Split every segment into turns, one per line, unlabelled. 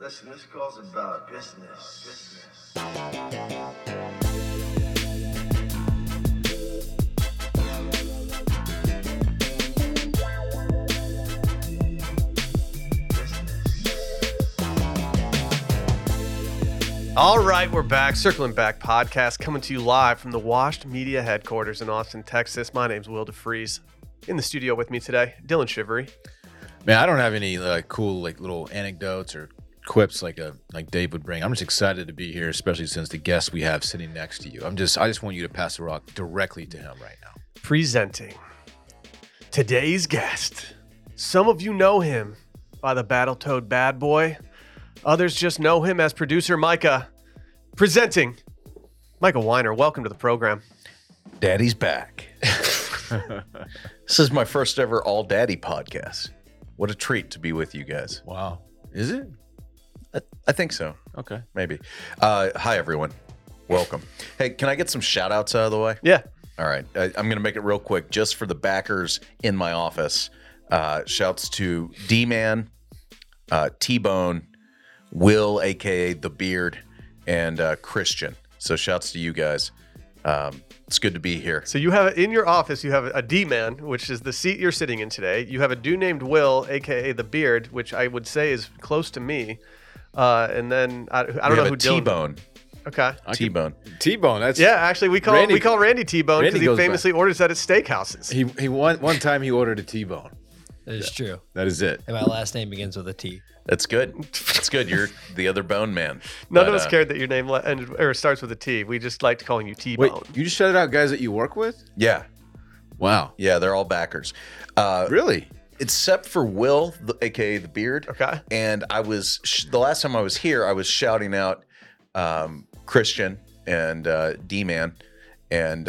Listen, this call's about business. Business.
All right, we're back. Circling Back podcast coming to you live from the Washed Media headquarters in Austin, Texas. My name's Will DeFries. In the studio with me today, Dylan Shivery.
Man, I don't have any uh, cool like little anecdotes or quips like a like Dave would bring. I'm just excited to be here, especially since the guest we have sitting next to you. I'm just I just want you to pass the rock directly to him right now.
Presenting today's guest. Some of you know him by the Battletoad Bad Boy, others just know him as producer Micah. Presenting Michael Weiner. Welcome to the program.
Daddy's back. this is my first ever All Daddy podcast. What a treat to be with you guys.
Wow, is it
I, I think so,
okay?
maybe. Uh, hi, everyone. Welcome. Hey, can I get some shout outs out of the way?
Yeah.
All right. I, I'm going to make it real quick just for the backers in my office. Uh, shouts to D Man, uh, T Bone, Will, AKA The Beard, and uh, Christian. So shouts to you guys. Um, it's good to be here.
So you have in your office, you have a D man, which is the seat you're sitting in today. You have a dude named Will, aka the Beard, which I would say is close to me. Uh, and then I, I don't
we
know
have
who
a
Dylan-
T-Bone.
Okay.
T-Bone.
T-Bone. That's
Yeah, actually, we call
Randy-
we call Randy T Bone
Randy
because he
goes
famously orders that at steakhouses.
He he one one time he ordered a T-Bone.
That is true.
That is it.
And my last name begins with a T.
That's good. That's good. You're the other bone man.
None
But,
of us
uh,
cared that your name le- ended, or starts with a T. We just liked calling you T
Wait,
Bone.
you just shouted out guys that you work with?
Yeah,
Wow,
yeah, they're all backers, uh,
really?
except for Will, the, aka the Beard.
Okay.
And I was sh- the last time I was here, I was shouting out um, Christian and uh, D Man, and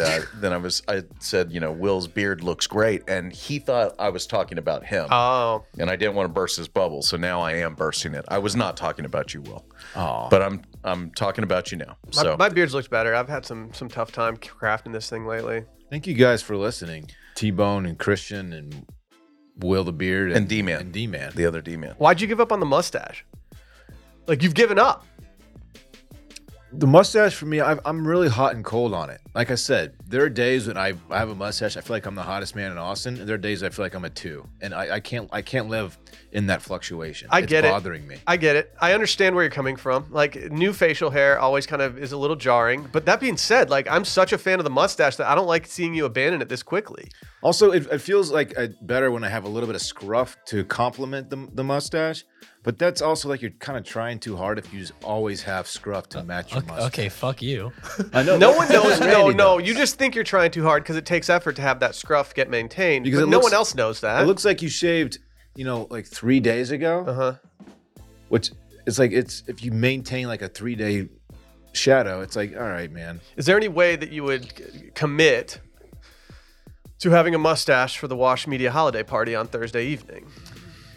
uh, then I was I said, you know, Will's beard looks great, and he thought I was talking about him,
Oh,
and I didn't want to burst his bubble, so now I am bursting it. I was not talking about you, Will,
Oh,
but I'm I'm talking about you now.
my,
So
my beard's looked better. I've had some some tough time crafting this thing lately.
thank you guys for listening. T-Bone and Christian and Will the Beard
And D-Man.
and D-Man.
the other D Man.
Why'd you give up on the mustache? Like you've given up.
The mustache for me, I've, I'm really hot and cold on it. Like I said, there are days when I, I have a mustache, I feel like I'm the hottest man in Austin. And there are days I feel like I'm a two, and I, I can't I can't live in that fluctuation.
I
it's
get it.
bothering me.
I get it. I understand where you're coming from. Like new facial hair always kind of is a little jarring. But that being said, like I'm such a fan of the mustache that I don't like seeing you abandon it this quickly.
Also, it, it feels like uh better when I have a little bit of scruff to complement the, the mustache, but that's also like you're kind of trying too hard if you just always have scruff to match your
Okay,
mustache.
okay, fuck you.
I know.
Uh, No one knows. no,
Randy
no.
does.
You just think you're trying too hard because it takes effort to have that scruff get maintained.
Because
but
it
no
looks-
one else knows that.
It looks like you shaved, you know, like three days ago.
uh huh.
which it's like it's if you maintain like a three day shadow, it's like all right, man.
Is there any way that you would c- commit to having a mustache for the Wash Media holiday party on Thursday evening?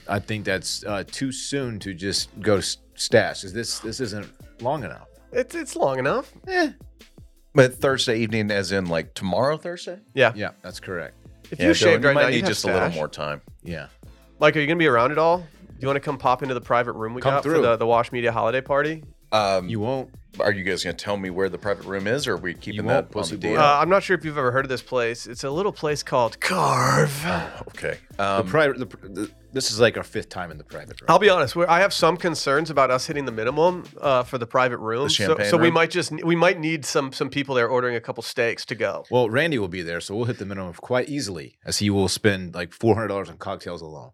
I think that's uh, too soon to just go s- stash. Is this this isn't long enough?
It's it's long enough.
But Thursday evening, as in like tomorrow Thursday.
Yeah.
Yeah, that's correct.
If
Dylan,
you shaved right
might
now,
need
you'd have
just a little
stache.
more time.
Yeah,
Mike, are you gonna be around at all? Do you want to come pop into the private room we
Come
got for
through.
the, the Wash Media holiday party?
Um,
you won't.
are you guys going to tell me where the private room is, or are we keeping
won't,
that on
pussy
the
boy.
deal?
Uh, I'm not sure if you've ever heard of this place. It's a little place called Carve.
Ah.
okay.
The
Um,
private. The, pr- the, this is like our fifth time in the private room.
I'll be honest. We're, I have some concerns about us hitting the minimum uh, for the private room.
The
so,
champagne
so we
room?
might just we might need some some people there ordering a couple steaks to go.
Well, Randy will be there, so we'll hit the minimum quite easily, as he will spend like four hundred dollars on cocktails alone.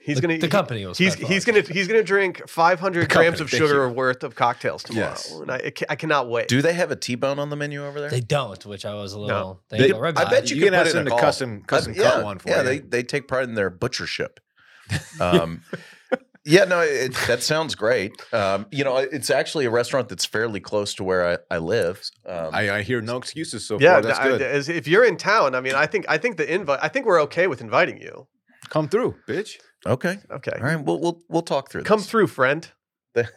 He's
The-
gonna
the company will
He's
spend
he's gonna he's gonna drink 500
company,
grams of
thank
sugar
you.
worth of cocktails tomorrow,
Yes.
and I, I ca- I cannot wait.
do they have a T-bone on the menu over there?
They don't, which I was a little
They-
thankful.
I bet you
you can
could put
ask
in
him
a
to
call.
custom custom
I-
cut one for
Uh, yeah,
you.
they they take pride in their butchership. Um, yeah, no, it, that sounds great. Um, you know, it's actually a restaurant that's fairly close to where I, I live. Um,
I, I hear no excuses so
yeah,
far. That's
I-
good.
as- if you're in town, I mean, I think I think the invite. I think we're okay with inviting you.
Come through, bitch.
okay,
Okay,
all right, we'll we'll we'll talk through.
come
this.
through, friend.
Thank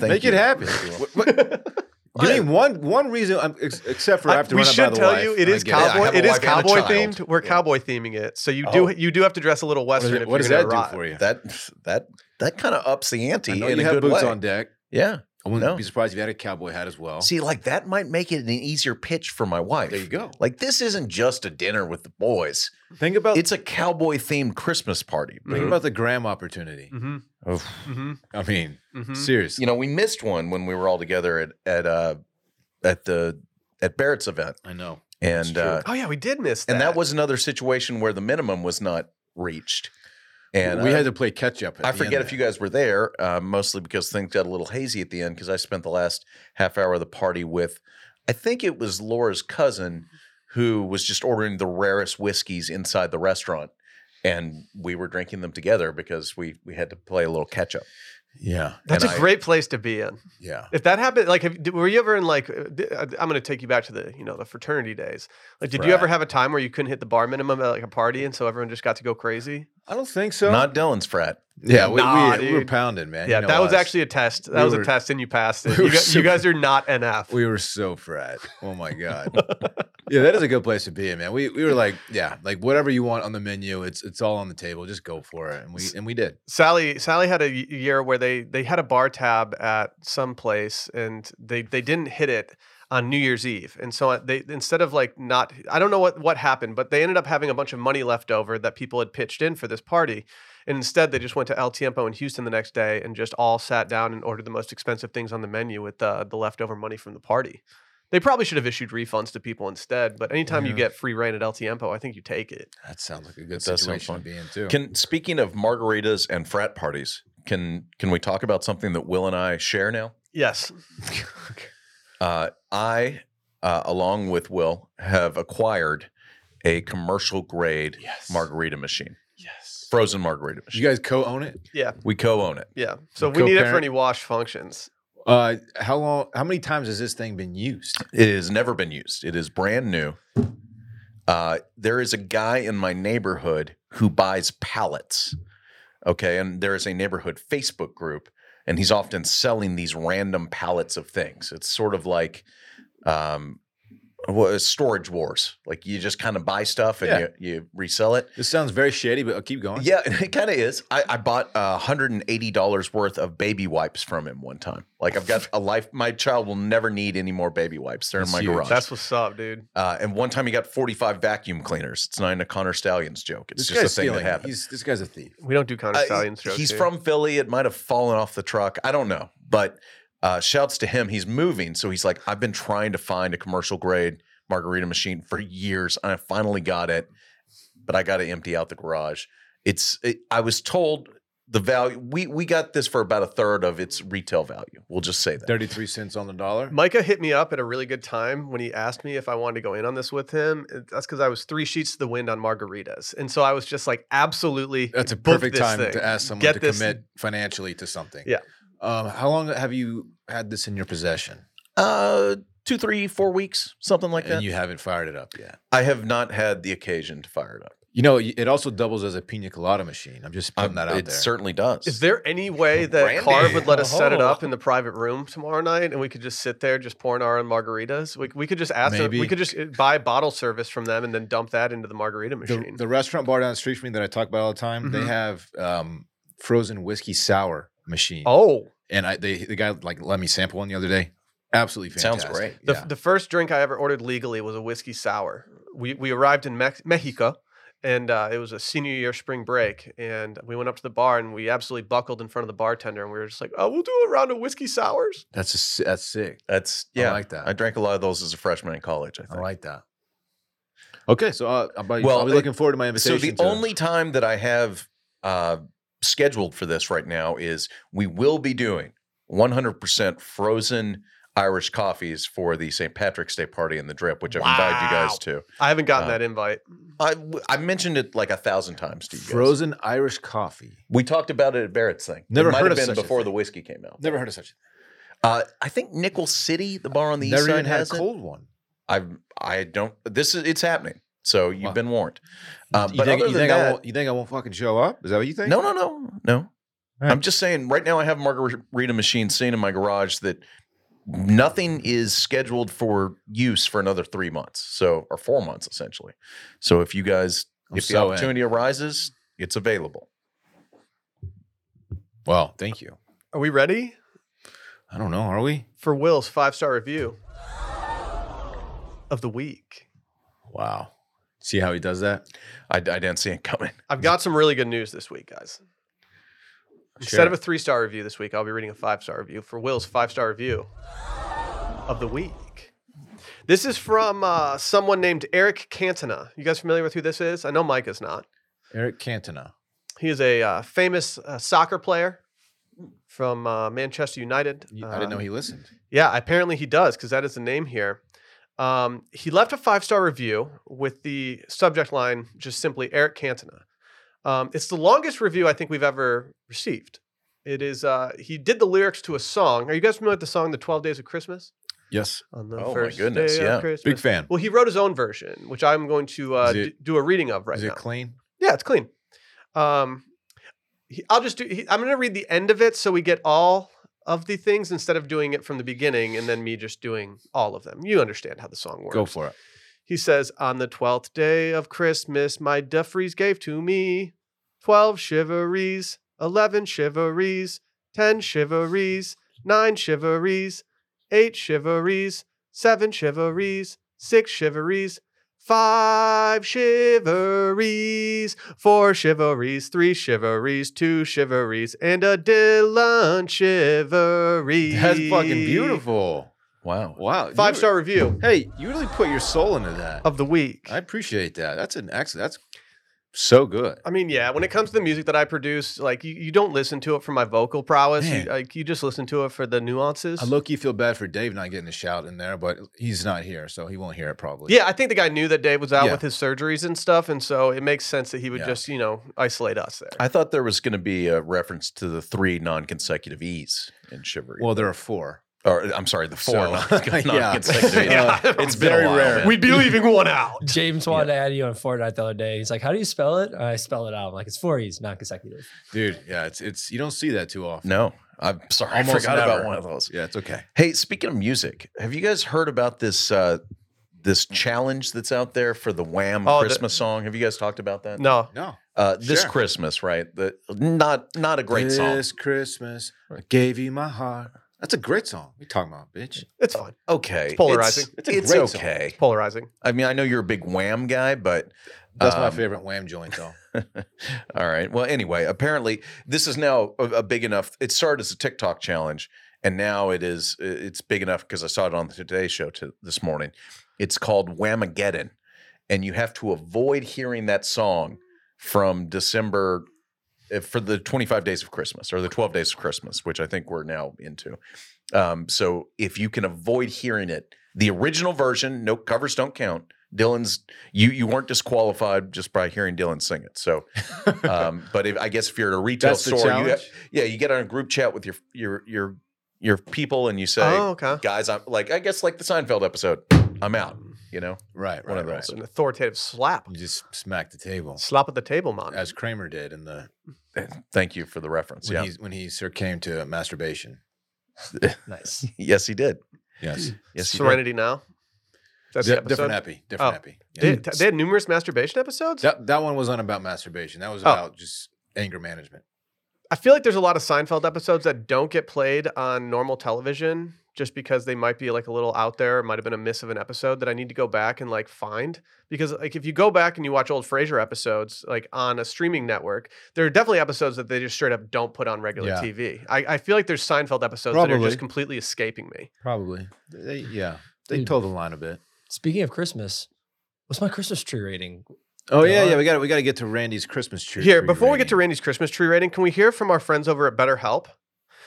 Make
you.
it happen.
Thank you.
What- what- Give me one one reason, um, ex- except for I, have to
we
run it by
should
the
tell
wife,
you it
and I
is
get it.
I
cowboy.
have a
it is
wife and a
cowboy
child.
themed. We're
Yeah.
cowboy theming it, so you
Oh.
do you do have to dress a little
What, does
western.
it-
if
what
you're
does
gonna
that
arrive.
do for you?
That that that kind of ups the ante
I know
in
you
a
have
good
boots
way.
on deck.
Yeah.
I wouldn't
No.
be surprised if you had a cowboy hat as well.
See, like that might make it an easier pitch for my wife.
there you go.
Like this isn't just a dinner with the boys.
Think about
It's a cowboy themed Christmas party.
think
Mhm.
about the gram opportunity.
Mm-hmm.
Oof.
Mm-hmm.
I mean,
Mm-hmm.
seriously.
You know, we missed one when we were all together at at uh at the at Barrett's event.
I know.
And
true.
uh
Oh yeah, we did miss that.
and that was another situation where the minimum was not reached. And
we
uh,
had to play catch up. at
I
the end
forget
of
if you
that.
guys were there, uh, mostly because things got a little hazy at the end because I spent the last half hour of the party with, I think it was Laura's cousin who was just ordering the rarest whiskeys inside the restaurant. And we were drinking them together because we we had to play a little catch up.
Yeah.
That's
and
a
I-
great place to be in.
Yeah.
If that happened, like, have, did- were you ever in like? uh, di- I'm going to take you back to the, you know, the fraternity days. Like, did you ever
Right.
have a time where you couldn't hit the bar minimum at like a party, and so everyone just got to go crazy?
I don't think so.
Not Dylan's frat.
yeah, we,
Nah,
we, we were
dude.
pounding, man.
yeah,
You know
that was
us.
actually a test. That
We
was a
were-
test, and you passed it. you,
we were
guys, you
super-
guys are not NF.
We were so frat. Oh my god. yeah, that is a good place to be, in, man. We we were like, yeah, like whatever you want on the menu, it's it's all on the table. Just go for it, and we and we did.
Sally Sally had a y- year where they they had a bar tab at some place and they they didn't hit it on New Year's Eve. And so uh, they instead of like not I don't know what what happened, but they ended up having a bunch of money left over that people had pitched in for this party. And instead they just went to El Tiempo in Houston the next day and just all sat down and ordered the most expensive things on the menu with uh, the leftover money from the party. They probably should have issued refunds to people instead, but anytime you
Yeah.
get free reign at El Tiempo, I think you take it.
That sounds like a good
That does sound
situation to
fun.
be in too.
Can speaking of margaritas and frat parties, can can we talk about something that Will and I share now?
Yes.
Uh, I, uh, along with Will, have acquired a commercial grade
yes.
margarita machine,
Yes.
frozen margarita
You
machine.
guys co-own it.
We co-own it.
Yeah. So we need it for
Co-parent.
any wash functions.
Uh, how long? How many times has this thing been used?
It has never been used. It is brand new. Uh, there is a guy in my neighborhood who buys pallets. Okay, and there is a neighborhood Facebook group, and he's often selling these random pallets of things. It's sort of like, um, well, storage wars. Like you just kind of buy stuff and
Yeah.
you, you resell it.
This sounds very shady, but I'll keep going.
Yeah, it kind of is. I, I bought uh, $180 worth of baby wipes from him one time. Like I've got a life, my child will never need any more baby wipes. They're in
That's
my
huge.
garage.
That's what's up, dude.
uh, and one time he got 45 vacuum cleaners. It's not even a Connor Stallions joke.
This
It's just a
guy's
thing that
stealing.
happened.
He's, this guy's a thief.
We don't do Connor
Uh,
Stallions jokes.
he's
here.
from Philly. It might have fallen off the truck. I don't know. But uh, shouts to him. He's moving. So he's like, I've been trying to find a commercial grade margarita machine for years. And I finally got it, but I got to empty out the garage. It's, it, I was told the value, we, we got this for about a third of its retail value. We'll just say that.
Thirty-three cents on the dollar.
Micah hit me up at a really good time when he asked me if I wanted to go in on this with him. It- That's because I was three sheets to the wind on margaritas, and so I was just like, absolutely.
That's a
book
perfect
this
time
thing.
to ask someone
Get
to
this-
commit financially to something.
Yeah.
Um, how long have you had this in your possession
Uh, two, three, four weeks, something like that.
and you haven't fired it up yet?
I have not had the occasion to fire it up.
You know, y- it also doubles as a pina colada machine. I'm just putting that out
it
there.
Um, certainly does.
Is there any way that
Randy.
Carv would let us set it
Oh.
up in the private room tomorrow night, and we could just sit there, just pouring our own margaritas? We, we could just ask. Them, we
Maybe.
could just uh, buy bottle service from them, and then dump that into the margarita
the,
machine.
the restaurant bar down the street from me that I talk about all the time,
Mhm.
Mm-hmm.
they have um, frozen whiskey sour machine.
oh,
And I, they, the guy like let me sample one the other day. Absolutely
Sounds
fantastic.
great.
The,
Yeah.
the first drink I ever ordered legally was a whiskey sour. We, we arrived in Mex- Mexico and uh, it was a senior year spring break. And we went up to the bar and we absolutely buckled in front of the bartender. And we were just like, oh, we'll do a round of whiskey sours.
that's a si- that's sick.
That's, yeah.
Oh, I like that.
I drank a lot of those as a freshman in college. I
I
think.
like that. Okay, so uh, I'll, be,
Well,
I'll be
it-
looking forward to my
so
invitation.
the
to-
only time that I have uh, scheduled for this right now is we will be doing 100% frozen Irish coffees for the St. Patrick's Day party in the drip, which I've invited you
Wow.
guys to.
I haven't gotten
Uh,
that invite.
I, I mentioned it like a thousand times to you. guys.
frozen Irish coffee.
We talked about it at Barrett's thing.
Never
it might
heard
have
of
been
such a
before the
thing.
whiskey came out.
Never heard of such.
Uh, I think Nickel City, the bar on the
Never
east side,
even had a
has it.
cold one.
I I don't. This is it's happening. So you've
Wow.
been warned. Uh,
you
but
think,
other
you
than
think I
that,
won't, you think I won't fucking show up? Is that what you think?
No, no, no, no.
All right.
I'm just saying. Right now, I have a margarita machine sitting in my garage that nothing is scheduled for use for another three months, so or four months essentially. So if you guys,
I'm
if the
so in.
opportunity arises, it's available.
Wow, thank you.
Are we ready
I don't know. Are we?
for Will's five star review of the week?
Wow. See how he does that?
I, I didn't see it coming.
I've got some really good news this week, guys. Instead of a three star review this week, I'll be reading a five star review for Will's five star review of the week. This is from uh, someone named Eric Cantona. You guys familiar with who this is? I know Mike is not.
Eric Cantona.
He is a uh, famous uh, soccer player from uh, Manchester United.
I didn't know
Uh,
he listened.
Yeah, apparently he does because that is the name here. Um, he left a five star review with the subject line just simply Eric Cantona. Um, it's the longest review I think we've ever received. It is. Uh, he did the lyrics to a song. Are you guys familiar with the song "The Twelve Days of Christmas"?
Yes.
On the
Oh my
first
goodness,
day of
yeah.
Christmas.
Big fan.
Well, he wrote his own version, which I'm going to uh,
Is it-
d- do a reading of right
Is
now.
it clean?
Yeah, it's clean. Um, he- I'll just do. He, I'm going to read the end of it so we get all of the things instead of doing it from the beginning and then me just doing all of them. You understand how the song works.
Go for it.
He says, "On the twelfth day of Christmas, my Duffries gave to me twelve chiveries, eleven chiveries, ten chiveries, nine chiveries, eight chiveries, seven chiveries, six chiveries, five chiveries, four chiveries, three chiveries, two chiveries, and a Dylan chivery."
That's fucking beautiful.
Wow.
Wow. you
Five
re-
star review
Hey, you really put your soul into that.
of the week.
I appreciate that. That's an excellent. That's so good.
I mean, yeah. When it comes to the music that I produce, like you, you don't listen to it for my vocal prowess. You,
Man.
like you just listen to it for the nuances.
I low key feel bad for Dave not getting a shout in there, but he's not here, so he won't hear it probably.
yeah, I think the guy knew that Dave was out
Yeah.
with his surgeries and stuff, and so it makes sense that he would
Yeah.
just you know isolate us there.
I thought there was going to be a reference to the three non-consecutive E's in chivalry.
Well, there are four.
or I'm sorry, the four
So-
non-
Yeah.
non-consecutive E's.
Yeah.
It's been
Very
a while,
rare.
man.
We'd be leaving one out.
James wanted to add you on Fortnite the other day. He's like, "How do you spell it?" I spell it out. I'm like, "It's four E's, not consecutive."
Dude, yeah, it's it's you don't see that too often.
No, I'm sorry. I
Almost
forgot
never.
about one of those.
Yeah, it's okay.
Hey, speaking of music, have you guys heard about this uh, this challenge that's out there for the Wham
Oh, the-
Christmas song? Have you guys talked about that?
No,
No.
Uh, this
Sure.
Christmas, right? The not not a great
this
song.
Christmas, I gave you my heart. That's a great song. We talking about, bitch.
it's fine.
Okay,
It's polarizing.
It's
It's,
a
it's
great song.
okay.
It's polarizing.
I mean, I know you're a big Wham guy, but
That's my
Um,
favorite Wham joint though.
all right. Well, anyway, apparently this is now a, a big enough. It started as a TikTok challenge, and now it is it's big enough because I saw it on the Today Show to, this morning. It's called Whamageddon, and you have to avoid hearing that song from December eh, for the 25 days of Christmas or the 12 days of Christmas, which I think we're now into. Um, so if you can avoid hearing it, the original version, no covers don't count. Dylan's you you weren't disqualified just by hearing Dylan sing it. So, um, but if, I guess if you're at a retail
That's the
store, you
challenge.
yeah, you get on a group chat with your your your your people and you say,
oh, okay.
guys, I'm like I guess like the Seinfeld episode, I'm out. You know,
right, right,
One of
right.
those.
An authoritative slap,
You just smack the table.
slap at the table, mom.
As Kramer did in the
thank you for the reference.
when
yeah,
he when he came to masturbation.
Nice.
yes, he did.
Yes.
Yes, he did.
Serenity now. That's
Hmm. Di-
the episode.
different epi. Different
Oh.
epi. Yeah.
They, they had numerous masturbation episodes.
That that one wasn't about masturbation. That was
Oh.
about just anger management.
I feel like there's a lot of Seinfeld episodes that don't get played on normal television just because they might be like a little out there. It might have been a miss of an episode that I need to go back and like find because like if you go back and you watch old Frasier episodes like on a streaming network, there are definitely episodes that they just straight up don't put on regular
Yeah.
TV. I, I feel like there's Seinfeld episodes that are
Probably.
just completely escaping me.
Probably. Hmm. They, yeah. They
Dude.
told the line a bit.
Speaking of Christmas, what's my Christmas tree rating?
Oh
They
yeah,
are.
yeah. We got we got to get to Randy's Christmas tree.
Here,
tree
before we get to
rating.
Randy's Christmas tree rating, can we hear from our friends over at BetterHelp?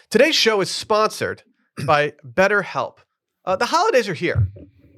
Today's show is sponsored by BetterHelp. Uh, the holidays are here.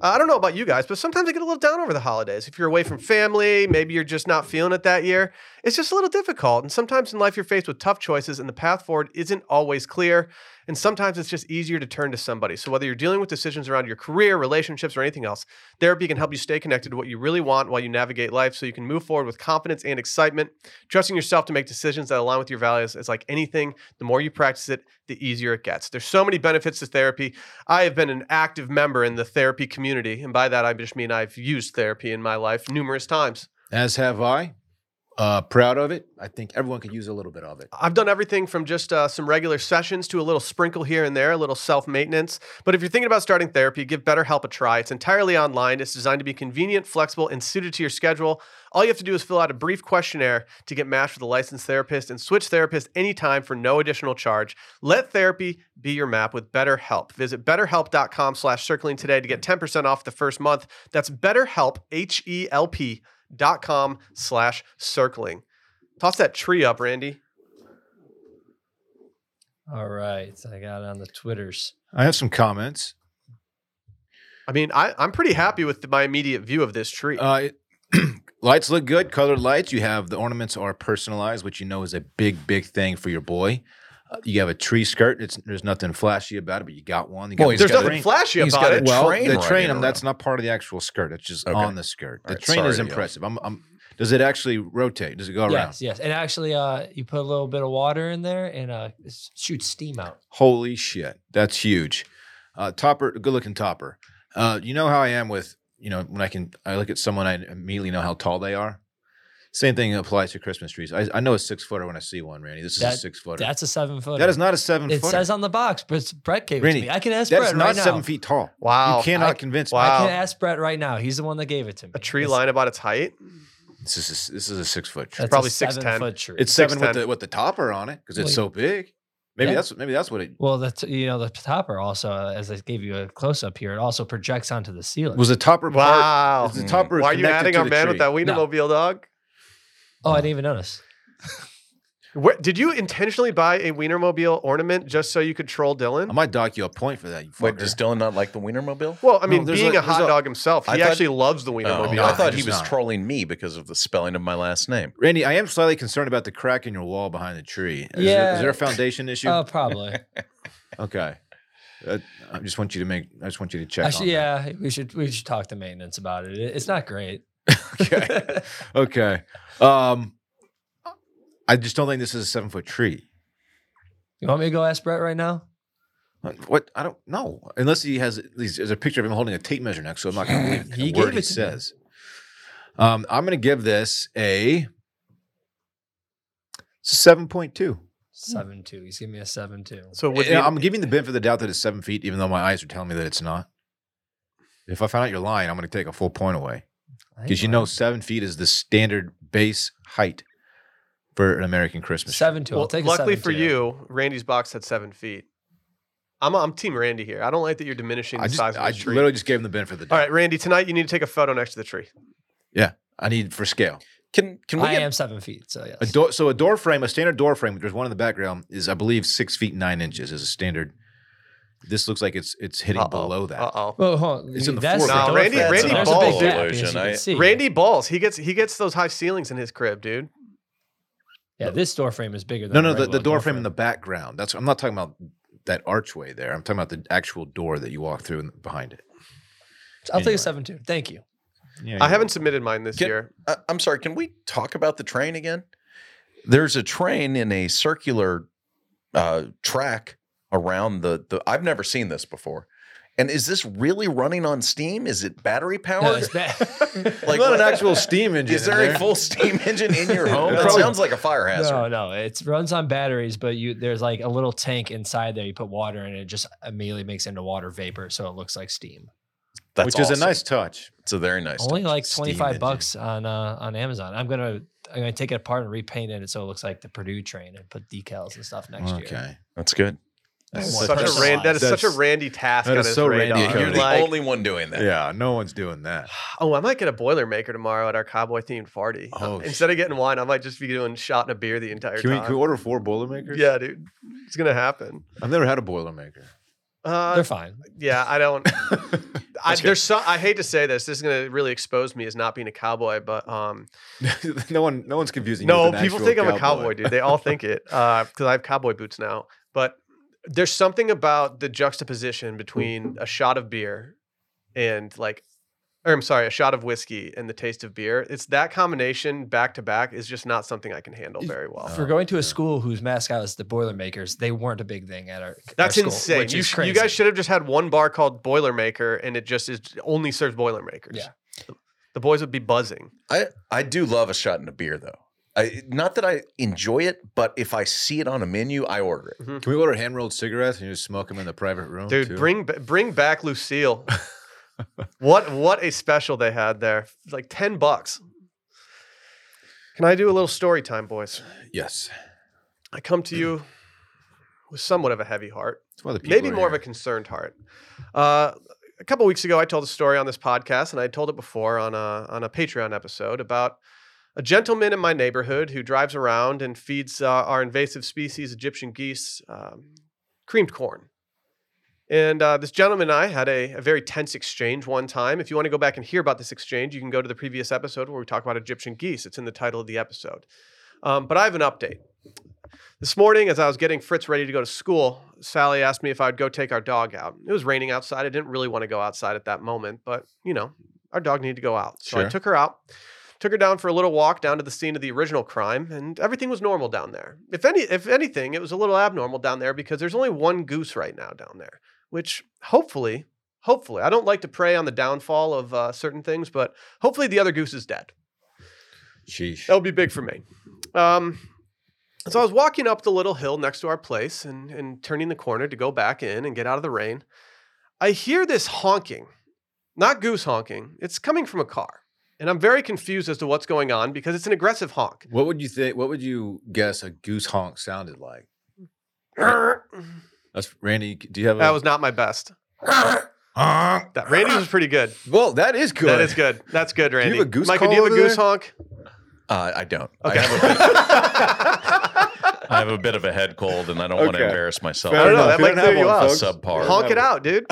Uh, I don't know about you guys, but sometimes I get a little down over the holidays. If you're away from family, maybe you're just not feeling it that year. It's just a little difficult. And sometimes in life, you're faced with tough choices, and the path forward isn't always clear. And sometimes it's just easier to turn to somebody. So, whether you're dealing with decisions around your career, relationships, or anything else, therapy can help you stay connected to what you really want while you navigate life so you can move forward with confidence and excitement. Trusting yourself to make decisions that align with your values is like anything. The more you practice it, the easier it gets. There's so many benefits to therapy. I have been an active member in the therapy community. And by that, I just mean I've used therapy in my life numerous times.
As have I. Uh, proud of it. I think everyone could use a little bit of it.
I've done everything from just uh, some regular sessions to a little sprinkle here and there, a little self maintenance. But if you're thinking about starting therapy, give BetterHelp a try. It's entirely online, it's designed to be convenient, flexible, and suited to your schedule. All you have to do is fill out a brief questionnaire to get matched with a licensed therapist and switch therapist anytime for no additional charge. Let therapy be your map with BetterHelp. Visit betterhelp.com slash circling today to get 10% off the first month. That's betterhelp, H-E-L-P dot com slash circling. Toss that tree up, Randy.
All right. I got it on the Twitters.
I have some comments.
I mean, I, I'm pretty happy with my immediate view of this tree.
Uh, lights look good, colored lights. You have the ornaments are personalized, which you know is a big, big thing for your boy. Uh, you have a tree skirt. It's there's nothing flashy about it, but you got one. You got
Well, he's
There's
got
nothing
a-
flashy
he's
about
got a
it.
well,
train
the
running
train. um,
around.
that's not part of the actual skirt. It's just
Okay.
on the skirt. the
All right,
train is
sorry, yo.
impressive. I'm, I'm. Does it actually rotate? Does it go around?
Yes, yes. And actually, uh, you put a little bit of water in there and uh, it s- shoots steam out.
Holy shit, that's huge. Uh, topper, good looking topper. Uh, you know how I am with you know when I can I look at someone I immediately know how tall they are. Same thing applies to Christmas trees. I, I know a six footer when I see one, Randy. This is a
That-
six footer.
That's a seven foot.
That is not a seven
It
footer.
says on the box, but it's- Brett gave it
Randy,
to me. I can ask
that
Brett
is not
right
seven
now.
feet tall.
Wow.
you cannot
I-
convince
wow.
I can ask Brett right now. He's the one that gave it to me.
A tree
It's-
line about its height.
me. This is a, this is a six foot tree.
that's
probably
a seven
6'10".
foot tree.
It's seven with
6'10".
the with the topper on it because it's
Wait.
so big. Maybe
Yeah.
that's maybe that's what it
well, that's you know the topper also, uh, as I gave you a close up here, it also projects onto the ceiling.
was. The topper part.
Wow.
Is the
Mm.
topper
Why are you
connected
adding
to
our
the
man
tree?
with that Wienermobile, dog?
oh, I didn't even notice.
Where, did you intentionally buy a Wienermobile ornament just so you could troll Dylan?
I might dock you a point for that. You
Wait,
fucker.
does Dylan not like the Wienermobile?
well, I mean,
No, there's
being
a-
a hot
there's a-
dog himself,
I
he
thought-
actuably loves the
Oh,
Wienermobile.
no,
I thought
he's
he was
not.
trolling me because of the spelling of my last name.
Randy, I am slightly concerned about the crack in your wall behind the tree. Is, there- is
Yeah.
there a foundation issue?
Oh, probably.
okay. Uh, I just want you to make. I just want you to check.
Actually,
on that.
yeah, we should we should talk to maintenance about it. It- It's not great.
okay. Okay. Um, I just don't think this is a seven foot tree.
You want me to go ask Brett right now?
What I don't know, unless he has these. There's a picture of him holding a tape measure next, so I'm not going to believe
He
a word
gave
he
it to me.
says. Um, I'm going to give this a seven point two. Hmm.
Seven two. He's giving me a seven two.
So with
Yeah, I'm giving the benefit of the doubt that it's seven feet, even though my eyes are telling me that it's not. If I find out you're lying, I'm going to take a full point away because you know seven feet is the standard base height for an American Christmas. tree.
seven two.
well,
I'll take. a
luckily
7'2".
for you, Randy's box had seven feet. I'm, I'm Team Randy here. I don't like that you're diminishing the
I just,
size of
I
the tree.
literally just gave him the benefit of the doubt.
All right, Randy, tonight you need to take a photo next to the tree.
I need for scale.
Can can we
I
get
am seven feet. So yes.
A door, so a door frame, a standard door frame. There's one in the background. Is I believe six feet nine inches is a standard. This looks like it's it's hitting
Uh-oh.
below that.
Uh-oh.
Well, hold on.
It's in the
That's
forefront.
door
No, Randy-
frame.
Randy
There's a
Ball's
big gap,
illusion,
as you
I-
can see.
Randy balls. He gets he gets those high ceilings in his crib, dude.
Yeah, this door frame is bigger than
No, no, the,
regular
the door frame in the background. That's I'm not talking about that archway there. I'm talking about the actual door that you walk through and behind it.
I'll take
anyway.
a seven two. Thank you.
Yeah,
I haven't submitted mine this
Get-
year.
I, Uh, I'm sorry. Can we talk about the train again? There's a train in a circular uh, track around the the. I've never seen this before. And is this really running on steam? Is it battery
No,
powered?
it's bad.
like
not an
what-
actual steam engine.
Is
in
there a full steam engine in your home? That
Probably-
sounds like a fire hazard.
no, no, it runs on batteries, but you there's like a little tank inside there. You put water in it, it just immediately makes into water vapor, so it looks like steam.
That's
which is
awesome.
a nice touch.
It's a very nice.
Only
touch.
like
steam
twenty five
engine.
bucks on uh, on Amazon. I'm gonna I'm gonna take it apart and repaint it so it looks like the Purdue train and put decals and stuff next
okay,
year.
That's good.
That's
Such
That's
a Rand, that is such a
That's-
Randy task
that
on
is
his
so
radar.
Randy
Yeah, you're
You're
coded.
the
like,
only one doing that.
Yeah, no one's doing that.
oh, I might get a Boilermaker tomorrow at our Cowboy themed party. Uh,
Oh,
Instead of getting wine, I might just be doing shot and a beer the entire
Can we,
time.
can we order four Boilermakers?
yeah, dude, it's gonna happen.
I've never had a Boilermaker.
Uh,
They're fine.
yeah, I don't. I,
That's good.
there's some. I hate to say this. This is gonna really expose me as not being a cowboy, but um,
no one, no one's confusing. you
No,
with an
people
actual
think I'm a cowboy, dude. They all think it because I have cowboy boots now. But there's something about the juxtaposition between a shot of beer and like, or I'm sorry, a shot of whiskey and the taste of beer. It's that combination back to back is just not something I can handle very well.
For going to a school whose mascot is the Boilermakers, they weren't a big thing at our.
That's
our school,
insane.
which
You,
is
sh-
crazy.
you guys should have just had one bar called Boilermaker, and it just is only serves Boilermakers.
Yeah.
The boys would be buzzing.
I I do love a shot and a beer though. I, not that I enjoy it, but if I see it on a menu, I order it.
Can we order hand rolled cigarettes and you just smoke them in the private room?
Dude,
Oh, too?
bring ba- bring back Lucille. what what a special they had there. Like 10 bucks. Can I do a little story time, boys?
Yes.
I come to you with somewhat of a heavy heart.
That's why the people
maybe
are
more of
here.
a concerned heart. Uh, a couple weeks ago, I told a story on this podcast, and I told it before on a on a Patreon episode about a gentleman in my neighborhood who drives around and feeds uh, our invasive species Egyptian geese um, creamed corn. And uh, this gentleman and I had a, a very tense exchange one time. If you want to go back and hear about this exchange, you can go to the previous episode where we talk about Egyptian geese. It's in the title of the episode. Um, but I have an update. This morning, as I was getting Fritz ready to go to school, Sally asked me if I would go take our dog out. It was raining outside. I didn't really want to go outside at that moment, but you know, our dog needed to go out. So I
Sure.
took her out, took her down for a little walk down to the scene of the original crime, and everything was normal down there. If any, if anything, it was a little abnormal down there because there's only one goose right now down there, which hopefully, hopefully, I don't like to prey on the downfall of uh, certain things, but hopefully the other goose is dead.
Sheesh.
That would be big for me. Um, so I was walking up the little hill next to our place and, and turning the corner to go back in and get out of the rain. I hear this honking, not goose honking. It's coming from a car. And I'm very confused as to what's going on because it's an aggressive honk.
What would you think? What would you guess a goose honk sounded like? Uh.
that
That's Randy. Do you have a
was not my best.
honk?
That Randy was pretty good.
Well, that is good.
That is good. That's good,
you
Randy.
have a goose
Micah, do
call
you have a
over
goose
there?
honk?
Uh, I don't.
Okay.
I, have a, I have a bit of a head cold, and I don't want to
Okay.
embarrass myself.
I don't know, that
enough. You
might
don't
clear
have
you
one,
up.
folks.
Subpar.
honk it out, dude.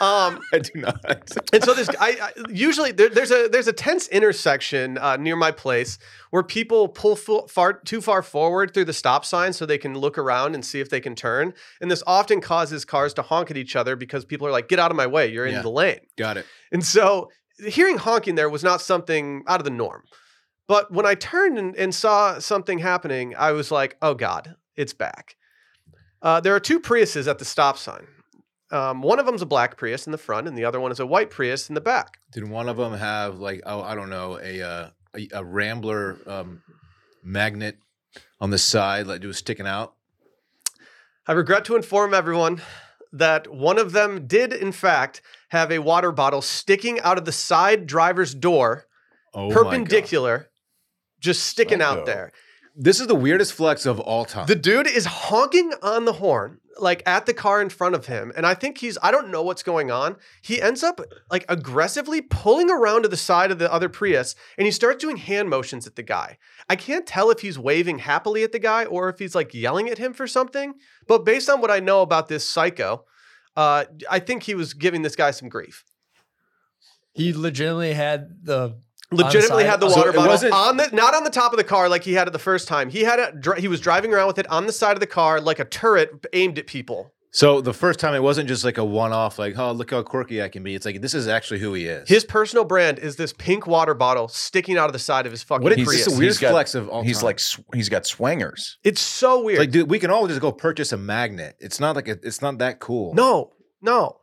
Um,
I do not.
and so this I, I usually there, there's a there's a tense intersection uh, near my place where people pull fu- far too far forward through the stop sign so they can look around and see if they can turn and this often causes cars to honk at each other because people are like get out of my way you're in
Yeah.
the lane
Got it.
and so hearing honking there was not something out of the norm. But when I turned and, and saw something happening, I was like, oh God, it's back. Uh, there are two Priuses at the stop sign. Um, one of them's a black Prius in the front, and the other one is a white Prius in the back.
Did one of them have like oh I don't know a uh, a, a rambler um, magnet on the side like it was sticking out?
I regret to inform everyone that one of them did, in fact, have a water bottle sticking out of the side driver's door,
Oh my God.
perpendicular, just sticking out
Psycho.
there.
This is the weirdest flex of all time.
The dude is honking on the horn, like at the car in front of him. And I think he's, I don't know what's going on. He ends up like aggressively pulling around to the side of the other Prius and he starts doing hand motions at the guy. I can't tell if he's waving happily at the guy or if he's like yelling at him for something. But based on what I know about this psycho, uh, I think he was giving this guy some grief.
He legitimately had the
Legitimately
side-
had the
Oh, So
water
it
bottle
wasn't-
on the not on the top of the car like he had it the first time. He had it. dri- He was driving around with it on the side of the car like a turret aimed at people.
so the first time it wasn't just like a one off like oh look how quirky I can be. It's like this is actually who he is.
His personal brand is this pink water bottle sticking out of the side of his fucking
what is
Prius.
this
He's-
is the weirdest
he's got-
flex of all
He's
time.
like sw- he's got swangers.
It's so weird.
like dude we can all just go purchase a magnet. It's not like a, it's not that cool.
no, no,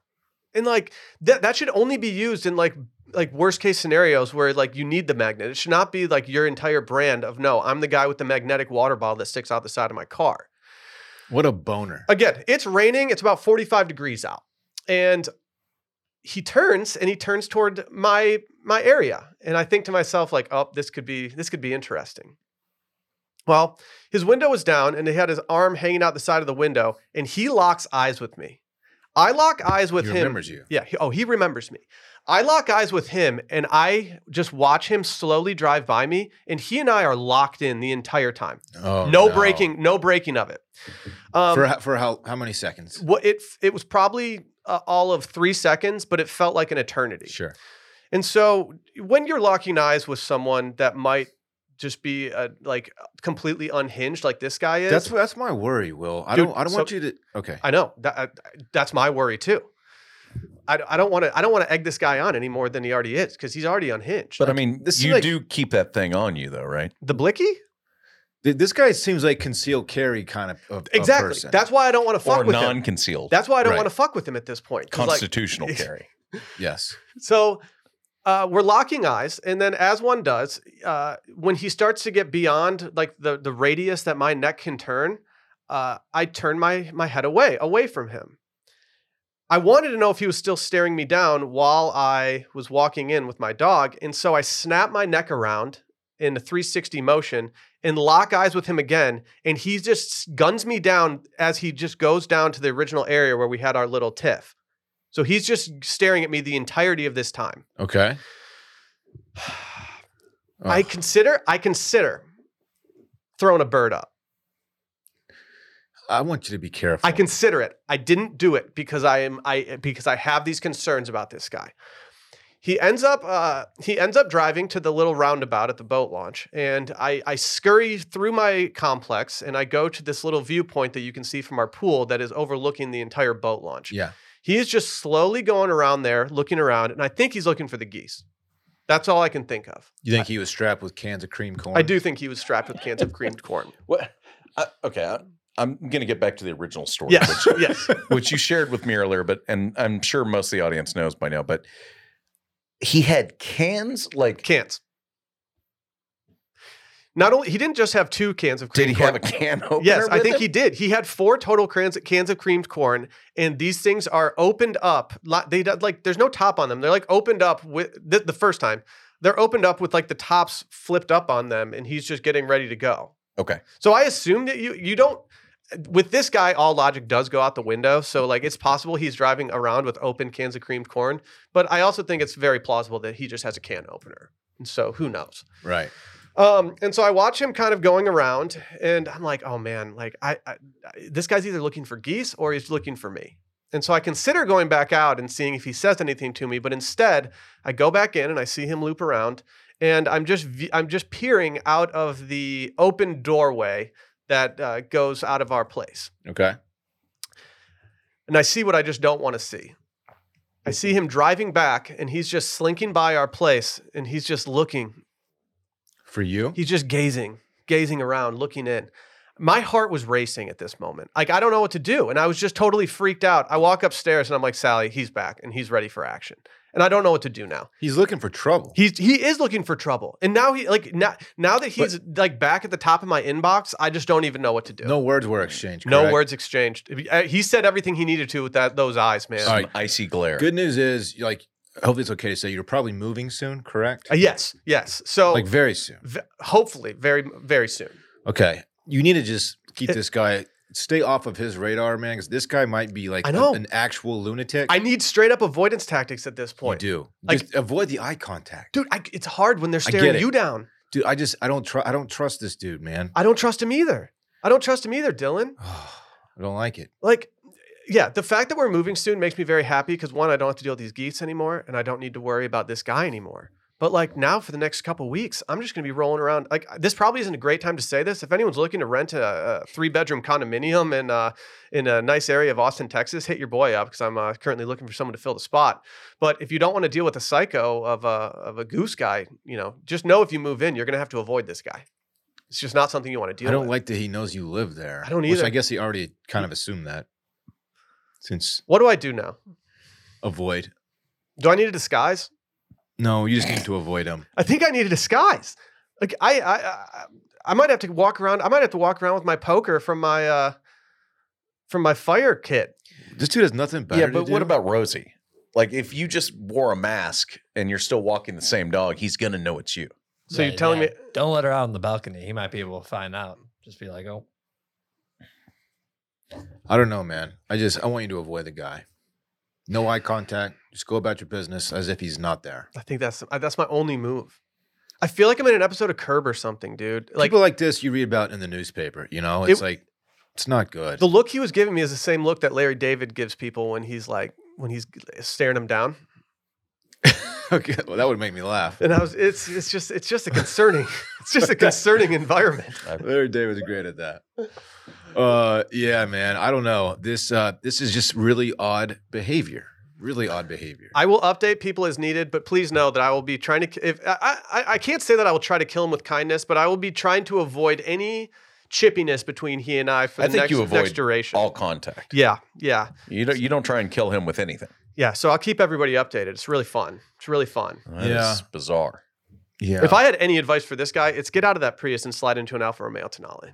and like that that should only be used in like like worst case scenarios where like you need the magnet. It should not be like your entire brand of no. I'm the guy with the magnetic water bottle that sticks out the side of my car.
What a boner.
Again, it's raining. It's about 45 degrees out. And he turns and he turns toward my my area. And I think to myself like, "Oh, this could be this could be interesting." Well, his window was down and he had his arm hanging out the side of the window and he locks eyes with me. I lock eyes with
he
him.
remembers you.
Yeah. He, oh, he remembers me. I lock eyes with him and I just watch him slowly drive by me and he and I are locked in the entire time.
Oh,
no, breaking, no breaking of it. Um,
for ho- for how how many seconds?
what it it was probably uh, all of three seconds, but it felt like an eternity.
Sure.
And so when you're locking eyes with someone that might just be uh like completely unhinged, like this guy is,
That's that's my worry, Will. I
Dude,
don't I don't
so-
want you to Okay.
I know that I, that's my worry too. I, I don't want to I don't want to egg this guy on any more than he already is because he's already unhinged.
But I mean,
this is
you
like-
do keep that thing on you, though, right?
the blicky,
Th- This guy seems like concealed carry kind of, of of
exactly.
person.
That's why I don't want to fuck
or
with him.
non-concealed,
That's why I don't
Right.
want to fuck with him at this point. 'cause, like,
constitutional carry.
yes.
so uh, we're locking eyes, and then as one does, uh, when he starts to get beyond like the the radius that my neck can turn, uh, I turn my my head away, away from him. I wanted to know if he was still staring me down while I was walking in with my dog, and so I snap my neck around in a 360 motion and lock eyes with him again, and he just guns me down as he just goes down to the original area where we had our little tiff. So he's just staring at me the entirety of this time.
Okay.
I
Ugh.
consider I consider throwing a bird up.
I want you to be careful.
I consider it. I didn't do it because I am I because I have these concerns about this guy. He ends up uh, he ends up driving to the little roundabout at the boat launch, and I, I scurry through my complex and I go to this little viewpoint that you can see from our pool that is overlooking the entire boat launch.
Yeah.
He is just slowly going around there, looking around, and I think he's looking for the geese. That's all I can think of.
You think he was strapped with cans of cream corn?
I do think he was strapped with cans of creamed corn.
What? I, okay, I, I'm going to get back to the original story,
Yes, yes.
which, which you shared with me earlier, but and I'm sure most of the audience knows by now. But he had cans like.
cans. Not only he didn't just have two cans of cream.
Did he
corn.
have a can opener?
Yes, I
with
think
him?
he did. He had four total cans, cans of creamed corn, and these things are opened up. li- They don't- like there's no top on them. They're like opened up with the, the first time. They're opened up with like the tops flipped up on them, and he's just getting ready to go.
Okay.
So I assume that you you don't with this guy, all logic does go out the window. So like it's possible he's driving around with open cans of creamed corn, but I also think it's very plausible that he just has a can opener. And so who knows?
Right.
Um, and so I watch him kind of going around, and I'm like, oh man, like I, I, I- this guy's either looking for geese or he's looking for me. And so I consider going back out and seeing if he says anything to me, but instead I go back in and I see him loop around, and I'm just v- I'm just peering out of the open doorway that uh, goes out of our place,
Okay.
and I see what I just don't want to see. I see him driving back, and he's just slinking by our place, and he's just looking
For you?
He's just gazing, gazing around, looking in. My heart was racing at this moment. Like I don't know what to do, and I was just totally freaked out. I walk upstairs and I'm like, Sally, he's back and he's ready for action, and I don't know what to do now.
He's looking for trouble.
He's he is looking for trouble, and now he like now now that he's like back at the top of my inbox, I just don't even know what to do.
no words were exchanged.
No
correct?
words exchanged. Uh, He said everything he needed to with that those eyes, man.
Some
All right.
icy glare.
Good news is, like, hopefully it's okay to say you're probably moving soon, correct?
Uh, yes, yes. So
Like very soon.
v- hopefully, very very soon.
Okay. You need to just keep
It-
this guy, stay off of his radar, man, because this guy might be like
I
a-
know.
an actual lunatic.
I need straight up avoidance tactics at this
You
point,
do.
Like-
just avoid the eye contact.
dude. I, it's hard when they're
I get
staring
it.
you down.
Dude, I just, I don't, tr- I don't trust this dude, man.
I don't trust him either. I don't trust him either, Dylan.
I don't like it.
Like, yeah, the fact that we're moving soon makes me very happy because one, I don't have to deal with these geese anymore, and I don't need to worry about this guy anymore. But like now, for the next couple weeks, I'm just gonna be rolling around. Like this probably isn't a great time to say this. If anyone's looking to rent a, a three bedroom condominium in uh, in a nice area of Austin, Texas, hit your boy up because I'm uh, currently looking for someone to fill the spot. But if you don't want to deal with a psycho of a of a goose guy, you know, just know if you move in, you're gonna have to avoid this guy. It's just not something you want to deal
I don't
with.
like that he knows you live there.
I don't
Which
either.
I guess he already kind of assumed that. Since
What do I do now?
avoid.
Do I need a disguise?
No, you just need to avoid him.
I think I need a disguise. Like I, I, I, I might have to walk around. I might have to walk around with my poker from my, uh, from my fire kit.
This dude has nothing better.
yeah,
to
but what
do.
about Rosie? Like, if you just wore a mask and you're still walking the same dog, he's gonna know it's you.
So you're telling me-
don't let her out on the balcony. He might be able to find out. Just be like, oh,
I don't know, man. I just I want you to avoid the guy. No eye contact. Just go about your business as if he's not there.
I think that's that's my only move. I feel like I'm in an episode of Curb or something, dude. Like
People like this you read about in the newspaper. You know, it's
It-
like it's not good.
the look he was giving me is the same look that Larry David gives people when he's like when he's staring him down.
okay, well that would make me laugh.
And I was it's it's just it's just a concerning it's just a concerning environment.
Larry David's great at that. Uh, yeah, man. I don't know. This uh, this is just really odd behavior. Really odd behavior.
I will update people as needed, but please know that I will be trying to. If I, I, I can't say that I will try to kill him with kindness, but I will be trying to avoid any chippiness between he and I for
I
the
think
next,
you avoid
next duration.
all contact.
yeah, yeah,
You don't you don't try and kill him with anything.
yeah. So I'll keep everybody updated. It's really fun. It's really fun.
That's
Yeah.
bizarre.
Yeah.
If I had any advice for this guy, it's get out of that Prius and slide into an Alfa Romeo Tonale.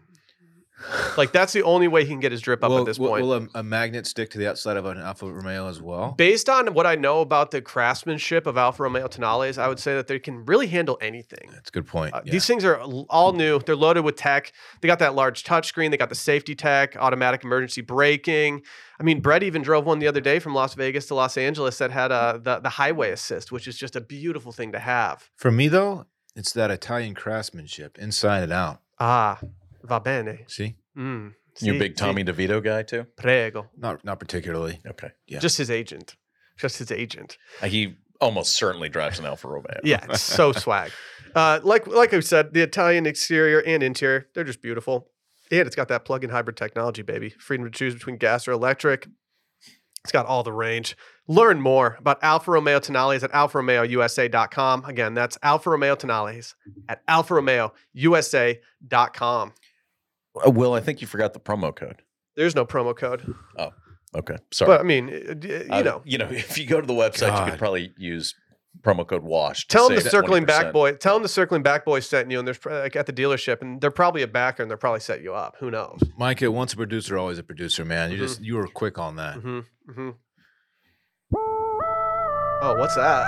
Like that's the only way he can get his drip up
will,
at this
will-
point.
will
uh
a, a magnet stick to the outside of an Alfa Romeo as well?
Based on what I know about the craftsmanship of Alfa Romeo Tonales, I would say that they can really handle anything.
That's a good point.
Uh,
yeah.
These things are l- all new. They're loaded with tech. They got that large touchscreen. They got the safety tech, automatic emergency braking. I mean, Brett even drove one the other day from Las Vegas to Los Angeles that had uh, the the highway assist, which is just a beautiful thing to have.
For me though, it's that Italian craftsmanship inside and out.
Ah, va bene.
See,
Mm.
you
Si,
big
si,
Tommy DeVito guy too?
prego.
not not particularly.
Okay.
Yeah.
Just his agent. Just his agent.
Uh, He almost certainly drives an Alfa Romeo.
Yeah, it's so swag. Uh, like like I said, the Italian exterior and interior, they're just beautiful. And it's got that plug-in hybrid technology, baby. Freedom to choose between gas or electric. It's got all the range. Learn more about Alfa Romeo Tonales at alfaromeousa.com. Again, that's Alfa Romeo Tonales at alfaromeousa.com.
Uh, Will, I think you forgot the promo code.
There's no promo code,
Okay.
but
Sorry.
I mean, it- it- you
Uh,
know.
you know, if you go to the website, you
God.
could probably use promo code WASH. to
Tell them the
save
circling
20%.
back boy. Tell them the circling back boy sent you, and there's pr- like at the dealership, and they're probably a backer, and they're probably set you up. Who knows?
Micah, once a producer, always a producer, man. You just you were quick on that.
Mm-hmm, mm-hmm. Oh, what's that?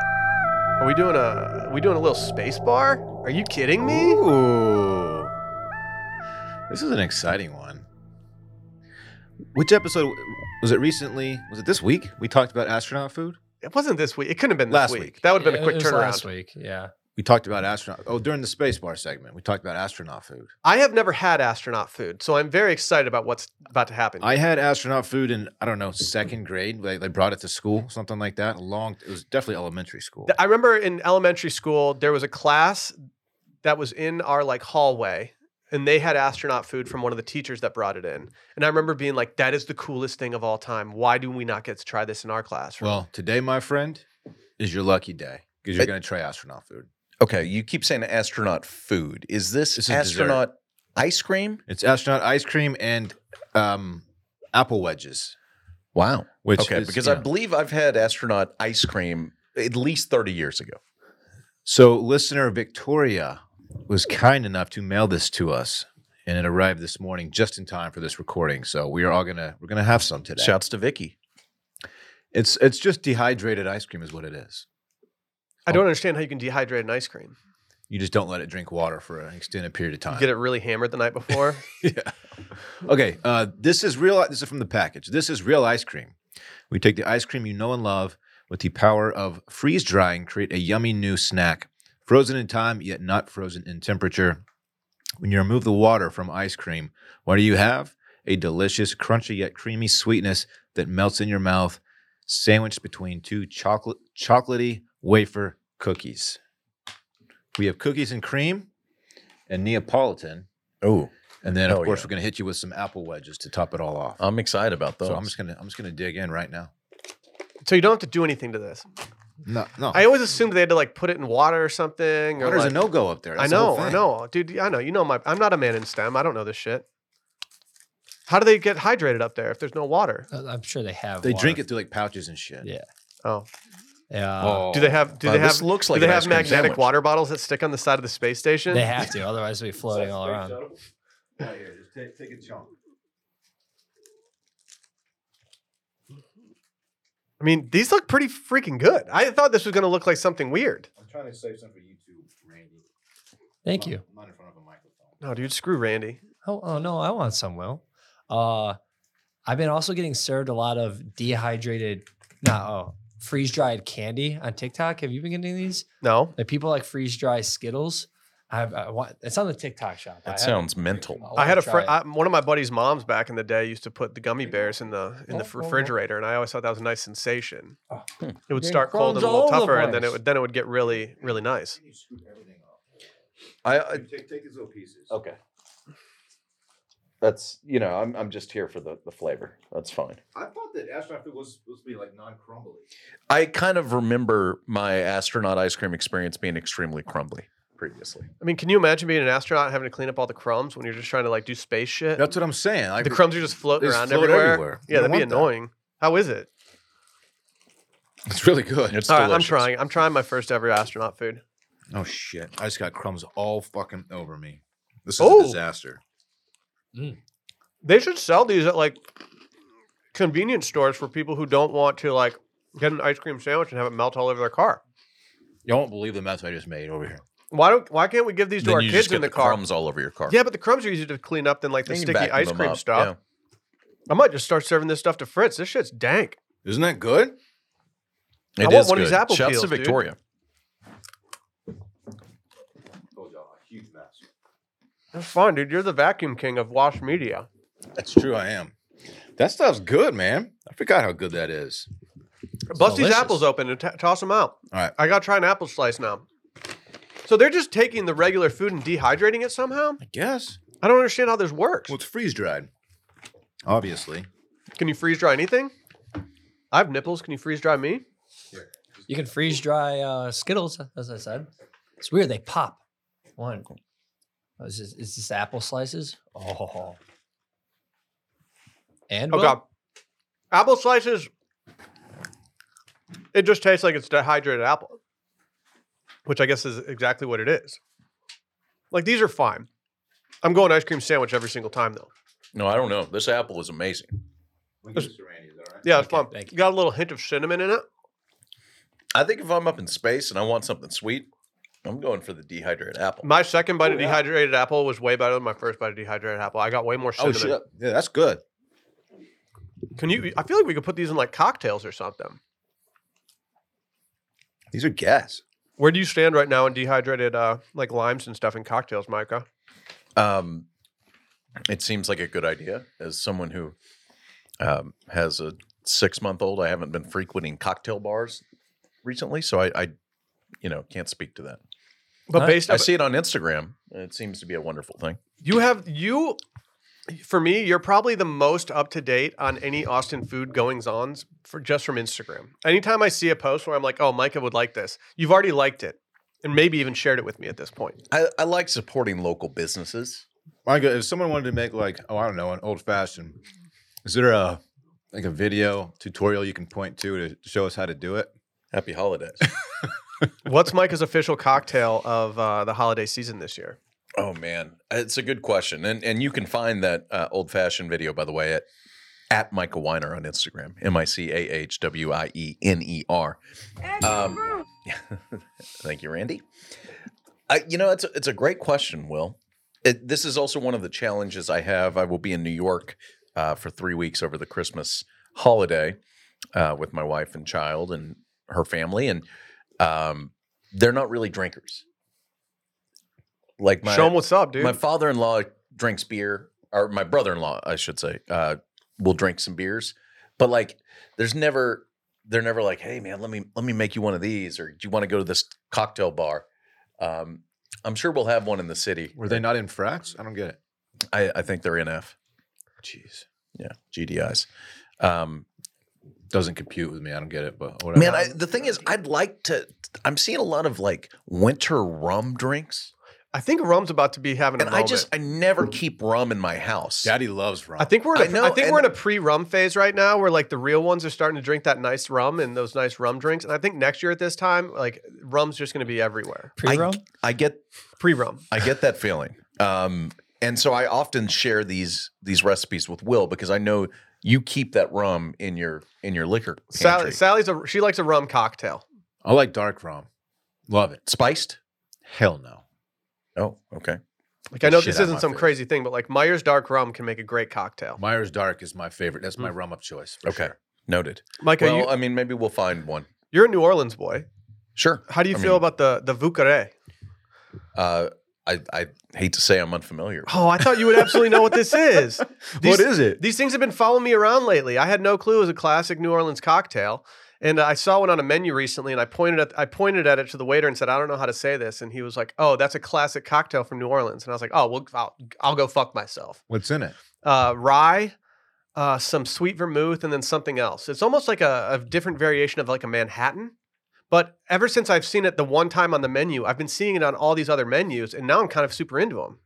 Are we doing a are we doing a little space bar? Are you kidding me?
Ooh, this is an exciting one. Which episode was it? Recently, was it this week? We talked about astronaut food.
It wasn't this week. It couldn't have been this
Last
week.
week.
That would have been
Yeah,
a quick
it was
turnaround.
Last week, yeah.
We talked about astronaut. Oh, during the space bar segment, we talked about astronaut food.
I have never had astronaut food, so I'm very excited about what's about to happen.
I had astronaut food in I don't know second grade. They, they brought it to school, something like that. Long. It was definitely elementary school.
Th- I remember in elementary school there was a class that was in our like hallway and they had astronaut food from one of the teachers that brought it in. And I remember being like that is the coolest thing of all time. Why do we not get to try this in our classroom?
Well, today, my friend, is your lucky day because you're
It-
going to try astronaut food.
Okay, you keep saying astronaut food. Is this
This is
astronaut ice cream?
It's astronaut ice cream and um, apple wedges.
Wow.
Which
okay,
is,
because
you
I
know.
believe I've had astronaut ice cream at least 30 years ago.
So, listener Victoria was kind enough to mail this to us, and it arrived this morning just in time for this recording. So we are all gonna we're gonna have some today.
Shouts to Vicky.
It's it's just dehydrated ice cream is what it is.
I don't understand how you can dehydrate an ice cream.
You just don't let it drink water for an extended period of time.
You get it really hammered the night before.
yeah. Okay. Uh, this is real. This is from the package. This is real ice cream. We take the ice cream you know and love with the power of freeze drying, create a yummy new snack, frozen in time yet not frozen in temperature. When you remove the water from ice cream, what do you have? A delicious, crunchy yet creamy sweetness that melts in your mouth, sandwiched between two chocolate chocolatey wafer cookies. We have cookies and cream and Neapolitan.
Oh,
And then,
Hell
of course,
yeah.
we're going to hit you with some apple wedges to top it all off.
I'm excited about those.
so I'm just going to I'm just going to dig in right now.
so you don't have to do anything to this.
No, no.
I always assumed they had to like put it in water or something. Or
Water's
like-
a no go up there.
I
That's the
know,
whole
I
thing.
know, dude. I know. You know my. I'm not a man in STEM. I don't know this shit. How do they get hydrated up there if there's no water?
Uh, I'm sure they have.
They drink
water.
it through like pouches and shit.
Yeah.
Oh,
Yeah.
Oh.
do they have? Do
Wow,
they
Uh, this
have?
looks like
do they
an
have
ice cream
magnetic
sandwich.
water bottles that stick on the side of the space station?
They have to, otherwise they'll be floating all around.
take, a chunk.
I mean, these look pretty freaking good. I thought this was going to look like something weird.
I'm trying to save some for you too, Randy.
Thank you.
not in front of a microphone.
No, dude, screw Randy.
Oh, oh no, I want some, Will. Uh, I've been also getting served a lot of dehydrated, no, oh, freeze dried candy on TikTok. Have you been getting these?
No,
Like people like freeze dry Skittles. I've, I want, it's on the TikTok shop. I
that
haven't-
sounds mental.
wanna
I had a
try
friend.
it.
One of my buddy's moms back in the day used to put the gummy bears in the in the
Oh, oh, oh.
refrigerator, and I always thought that was a nice sensation.
Oh.
Hmm.
It would
Getting
start cold and
crumbs
a little
all over the
tougher, and then it
place.
would then it would get really really nice.
You scoop everything off.
I, I
take, take these little pieces.
okay. That's you know I'm I'm just here for the the flavor. That's fine.
I thought that astronaut food was supposed to be like non crumbly.
I kind of remember my astronaut ice cream experience being extremely crumbly. previously.
I mean, can you imagine being an astronaut and having to clean up all the crumbs when you're just trying to like do space shit?
That's what I'm saying. Like
the crumbs are just floating
They just
around
float
everywhere.
everywhere. You
Yeah,
don't
that'd be
want that.
annoying. How is it?
It's really good.
It's
All right, I'm
delicious.
trying. I'm trying my first ever astronaut food.
Oh shit! I just got crumbs all fucking over me. This is
Oh.
a disaster.
They should sell these at like convenience stores for people who don't want to like get an ice cream sandwich and have it melt all over their car.
You won't believe the mess I just made over here.
Why don't? Why can't we give these to
Then
our
you
kids
just get
in the,
the,
car?
crumbs all over your car.
Yeah, but the crumbs are easier to clean up than like the
Then you
sticky
vacuum
ice
them
cream
up.
stuff.
Yeah.
I might just start serving this stuff to Fritz. This shit's dank.
Isn't that good?
I
It
want
is
one of these
good.
apple
Shouts
peels,
to
dude.
Victoria.
That's fine, dude. You're the vacuum king of wash media.
That's true. I am. That stuff's good, man. I forgot how good that is.
Bust these
delicious.
apples open and t- toss them out.
All right.
I gotta try an apple slice now. So they're just taking the regular food and dehydrating it somehow.
I guess.
I don't understand how this works.
Well, it's freeze dried. Obviously.
Can you freeze dry anything? I have nipples. Can you freeze dry me?
You can freeze dry uh, Skittles, as I said. It's weird; they pop. One. Oh, is this, is this apple slices? Oh. And
Oh
Will?
god, apple slices. It just tastes like it's dehydrated apple, which I guess is exactly what it is. Like these are fine. I'm going ice cream sandwich every single time though.
No, I don't know. This apple is amazing.
Yeah, it's
Okay,
fun.
thank you.
Got a little hint of cinnamon in it.
I think if I'm up in space and I want something sweet, I'm going for the dehydrated apple.
My second bite of
Oh, yeah.
dehydrated apple was way better than my first bite of dehydrated apple. I got way more
Oh
cinnamon.
shit! Yeah, that's good.
Can you? I feel like we could put these in like cocktails or something.
These are gas.
Where do you stand right now in dehydrated uh like limes and stuff in cocktails, Micah?
Um, it seems like a good idea as someone who um, has a six month old. I haven't been frequenting cocktail bars recently, so I, I you know, can't speak to that.
But
I-
based
I
on
see it on Instagram. and It seems to be a wonderful thing.
you have you for me, you're probably the most up to date on any Austin food goings ons for just from Instagram. Anytime I see a post where I'm like, "Oh, Micah would like this," you've already liked it and maybe even shared it with me at this point.
I, I like supporting local businesses.
My God, if someone wanted to make like, oh, I don't know, an old fashioned, is there a like a video tutorial you can point to to show us how to do it?
Happy holidays.
What's Micah's official cocktail of uh, the holiday season this year?
oh man, it's a good question, and and you can find that uh, old fashioned video by the way at at Michael Weiner on Instagram. M I C A H W I E N E R. Um, thank you, Randy. I, you know, it's a, it's a great question, Will. It, this is also one of the challenges I have. I will be in New York uh, for three weeks over the Christmas holiday uh, with my wife and child and her family, and um, they're not really drinkers. Like my
Show them what's up, dude.
my father in law drinks beer, or my brother in law, I should say, uh, will drink some beers. But like, there's never, they're never like, hey man, let me let me make you one of these, or do you want to go to this cocktail bar? Um, I'm sure we'll have one in the city.
Were they not in frats? I don't get it.
I, I think they're NF. Jeez. Yeah, GDIs. Um,
Doesn't compute with me. I don't get it, but whatever.
man, I, the thing is, I'd like to. I'm seeing a lot of like winter rum drinks,
I think rum's about to be having a
and I
moment.
just I never keep rum in my house.
Daddy loves rum.
I think we're in a, I
I know,
think
and-
we're in a pre-rum phase right now, where like the real ones are starting to drink that nice rum and those nice rum drinks. And I think next year at this time, like rum's just going to be everywhere.
Pre-roll?
I get
Pre-rum.
I get that feeling. Um, and so I often share these these recipes with Will because I know you keep that rum in your in your liquor
Sally,
pantry.
Sally's a she likes a rum cocktail.
I like dark rum. Love it.
Spiced?
Hell no.
Oh, okay.
Like
Get
I know
the
this
shit out of
isn't
my
some
face.
crazy thing, but like Myers Dark Rum can make a great cocktail.
Myers Dark is my favorite. That's my rum of choice. For
Okay.
sure.
Noted.
Micah,
well,
you,
I mean, maybe we'll find one.
you're a New Orleans boy.
Sure.
How do you
I
feel
mean-
about the the Vucare?
Uh, I I hate to say I'm unfamiliar.
Oh, I thought you would absolutely know what this is. These-
what is it?
These things have been following me around lately. I had no clue it was a classic New Orleans cocktail. And I saw one on a menu recently and I pointed at I pointed at it to the waiter and said, I don't know how to say this. And he was like, Oh, that's a classic cocktail from New Orleans. And I was like, Oh, well, I'll, I'll go fuck myself.
What's in it?
Uh, rye, uh, some sweet vermouth, and then something else. It's almost like a, a different variation of like a Manhattan, But ever since I've seen it the one time on the menu, I've been seeing it on all these other menus, and now I'm kind of super into them.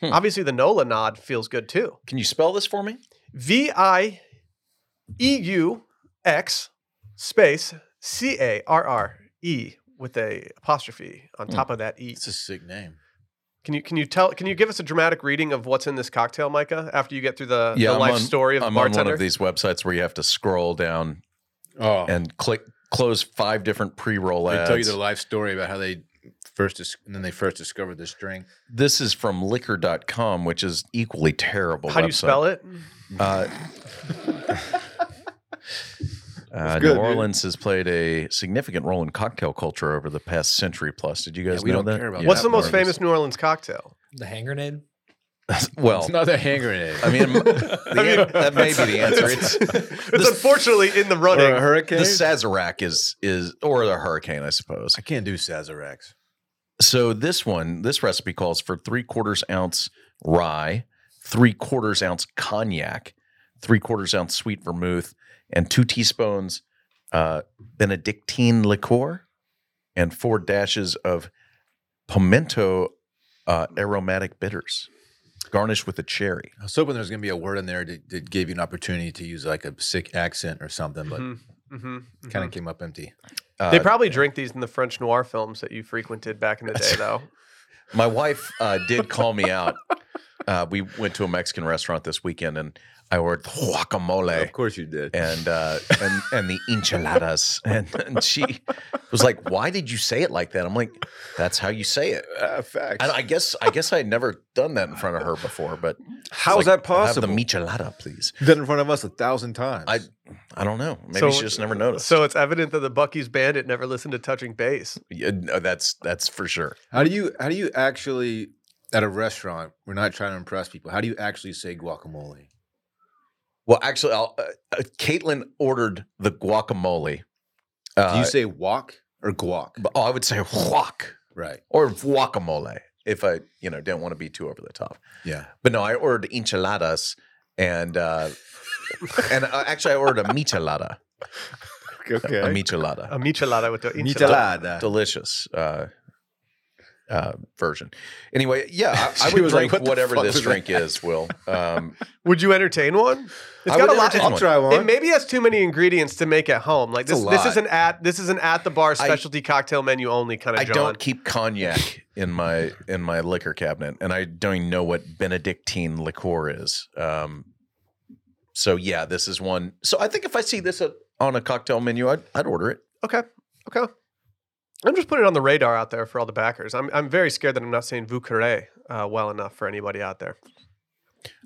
Hmm.
Obviously, the Nola nod feels good too.
Can you spell this for me?
V I E U X space C A R R E with a apostrophe on
Hmm.
top of that E.
It's a sick name.
Can you can you tell can you give us a dramatic reading of what's in this cocktail, Micah, after you get through the,
Yeah,
the
I'm
life
on-
story of the
I'm
bartender?
on one of these websites where you have to scroll down
Oh, and
and click close five different pre-roll
they
ads.
tell you their life story about how they first dis- and then they first discovered this drink.
this is from liquor.com, which is equally terrible.
How do you spell it?
Uh, uh,
good,
New
dude.
Orleans has played a significant role in cocktail culture over the past century plus. Did you guys
Yeah, we
know
don't
that?
care about
What's
that
the most
part
famous New Orleans cocktail?
The hand grenade.
well,
It's not the hand grenade.
I mean, the an- that may be the answer. It's
It's unfortunately in the
Or a
running.
hurricane.
the Sazerac is is or the hurricane, I suppose.
I can't do Sazeracs.
So this one, this recipe calls for three quarters ounce rye, three quarters ounce cognac, three quarters ounce sweet vermouth, and two teaspoons uh, Benedictine liqueur, and four dashes of pimento uh, aromatic bitters, garnished with a cherry.
I was hoping there was going to be a word in there that, that gave you an opportunity to use like a sick accent or something, but
Mhm, mhm, mhm.
kind of came up empty.
Uh,
Mm-hmm. They probably drink these in the French noir films that you frequented back in the day, though.
My wife uh, did call me out. Uh, we went to a Mexican restaurant this weekend, and I ordered guacamole.
course you did.
and uh, and and the enchiladas. And, and she was like, "Why did you say it like that?" I'm like, "That's how you say it."
Uh, facts.
And I guess I guess I had never done that in front of her before, but
How is
like,
that
"I'll have
possible?
the michelada, please.
Done in front of us a thousand times.
I I don't know. Maybe
So-
she just never noticed.
So it's evident that the Bucky's bandit never listened to touching base.
Yeah, no, that's that's for sure.
how do you how do you actually at a restaurant? We're not trying to impress people. How do you actually say guacamole?
Well, actually, I'll, uh, uh, Caitlin ordered the guacamole.
Do
Uh,
you say wok or guac?
but- oh, I would say guac
Right.
or guacamole if I you know didn't want to be too over the top.
Yeah.
But no, I ordered enchiladas and uh and uh, actually I ordered a michelada.
Okay.
A michelada.
A michelada with the enchilada.
Michelada.
Delicious uh uh version. Anyway, yeah, I, I
She
would
was like,
drink
"What the
whatever
fuck
this
was
drink is. Will. Um
Would you entertain one? It's
I
got a
would
lot.
entertain
I'll try one.
It maybe has too many ingredients to make at home. Like
It's
this,
a
this
lot.
is an at this is an at the bar specialty cocktail menu only kind of.
I
John.
don't keep cognac in my in my liquor cabinet, and I don't even know what Benedictine liqueur is. Um, so yeah, this is one. So I think if I see this at, on a cocktail menu, I'd, I'd order it.
Okay. Okay. I'm just putting it on the radar out there for all the backers. I'm, I'm very scared that I'm not saying Vucare uh, well enough for anybody out there.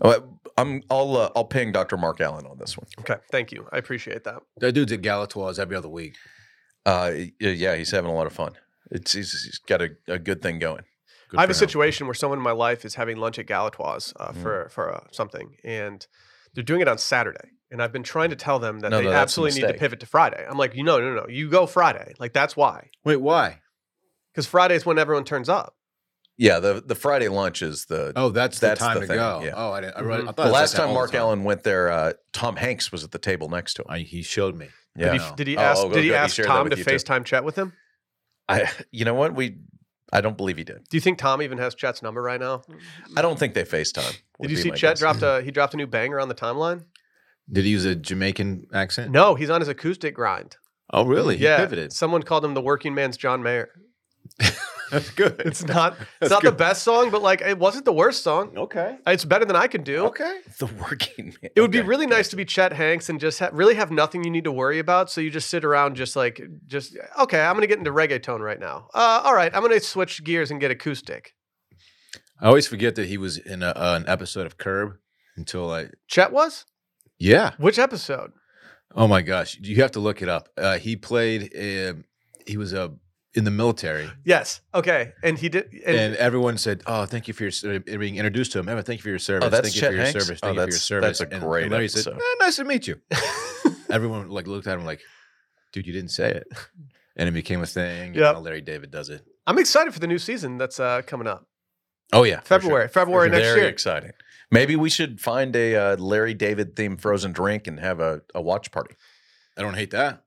Oh, I- I'm I'll uh, I'll ping Dr. Mark Allen on this one.
Okay. Thank you. I appreciate that.
That dude's at Galatoire's every other week.
Uh, y- yeah, he's having a lot of fun. It's he's, he's got a, a good thing going.
Good
I have
for
a
him.
situation where someone in my life is having lunch at Galatoire's uh,
Mm.
for, for uh, something, and they're doing it on Saturday. And I've been trying to tell them that
No,
they
no, that's a
absolutely need to
mistake.
pivot to Friday. I'm like, you know, no, no, no. You go Friday. Like, that's why.
Wait, why?
Because Friday's when everyone turns up.
Yeah, the the Friday lunch is the.
Oh, that's,
That's
the time
the
to
thing,
go.
yeah. Mm-hmm.
Oh, I didn't. I, read, I
Mhm.
thought it
the
was like
last
that all
time
the
Mark Allen went there, uh, Tom Hanks was at the table next to him.
I, he showed me.
Yeah,
Did he, did he
Oh,
ask?
oh,
did he
good. He
ask
shared that
Tom to
with you too.
FaceTime chat with him?
I you know what we I don't believe he did.
Do you think Tom even has Chet's number right now?
I don't think they FaceTime. would
Did you
be
see
my
Chet
guess.
dropped a he dropped a new banger on the timeline?
Did he use a Jamaican accent?
No, he's on his acoustic grind.
Oh, really? He
yeah,
pivoted.
someone called him the working man's John Mayer.
That's good.
It's not it's
That's
not the
good.
best song, but like it wasn't the worst song.
okay.
It's better than I could do.
Okay.
the working man?
It would be
Okay.
really nice to be Chet Hanks and just ha- really have nothing you need to worry about. So you just sit around, just like, just okay. I'm gonna get into reggaeton right now. Uh, all right, I'm gonna switch gears and get acoustic.
I always forget that he was in a, uh, an episode of Curb until I.
Chet was
Yeah.
which episode?
Oh my gosh, you have to look it up. Uh, he played. um he was a in the military,
Yes. Okay, and he did.
and,
And,
everyone said, "Oh, thank you for your ser- uh, being introduced to him. Evan, thank you for your service.
Oh, that's
thank you
Chet
for your
Hanks?
service.
Oh,
Thank you for your
that's-
service."
that's a
And-
great
and Larry said,
episode.
"Eh, "Nice to meet you." everyone like looked at him like, "Dude, you didn't say it," and it became a thing.
Yep.
Yeah, Larry David does it.
I'm excited for the new season that's uh, coming up
Oh yeah, for sure.
February. February next
Very
year.
exciting. Maybe we should find a uh, Larry David themed frozen drink and have a, a watch party.
I don't hate that.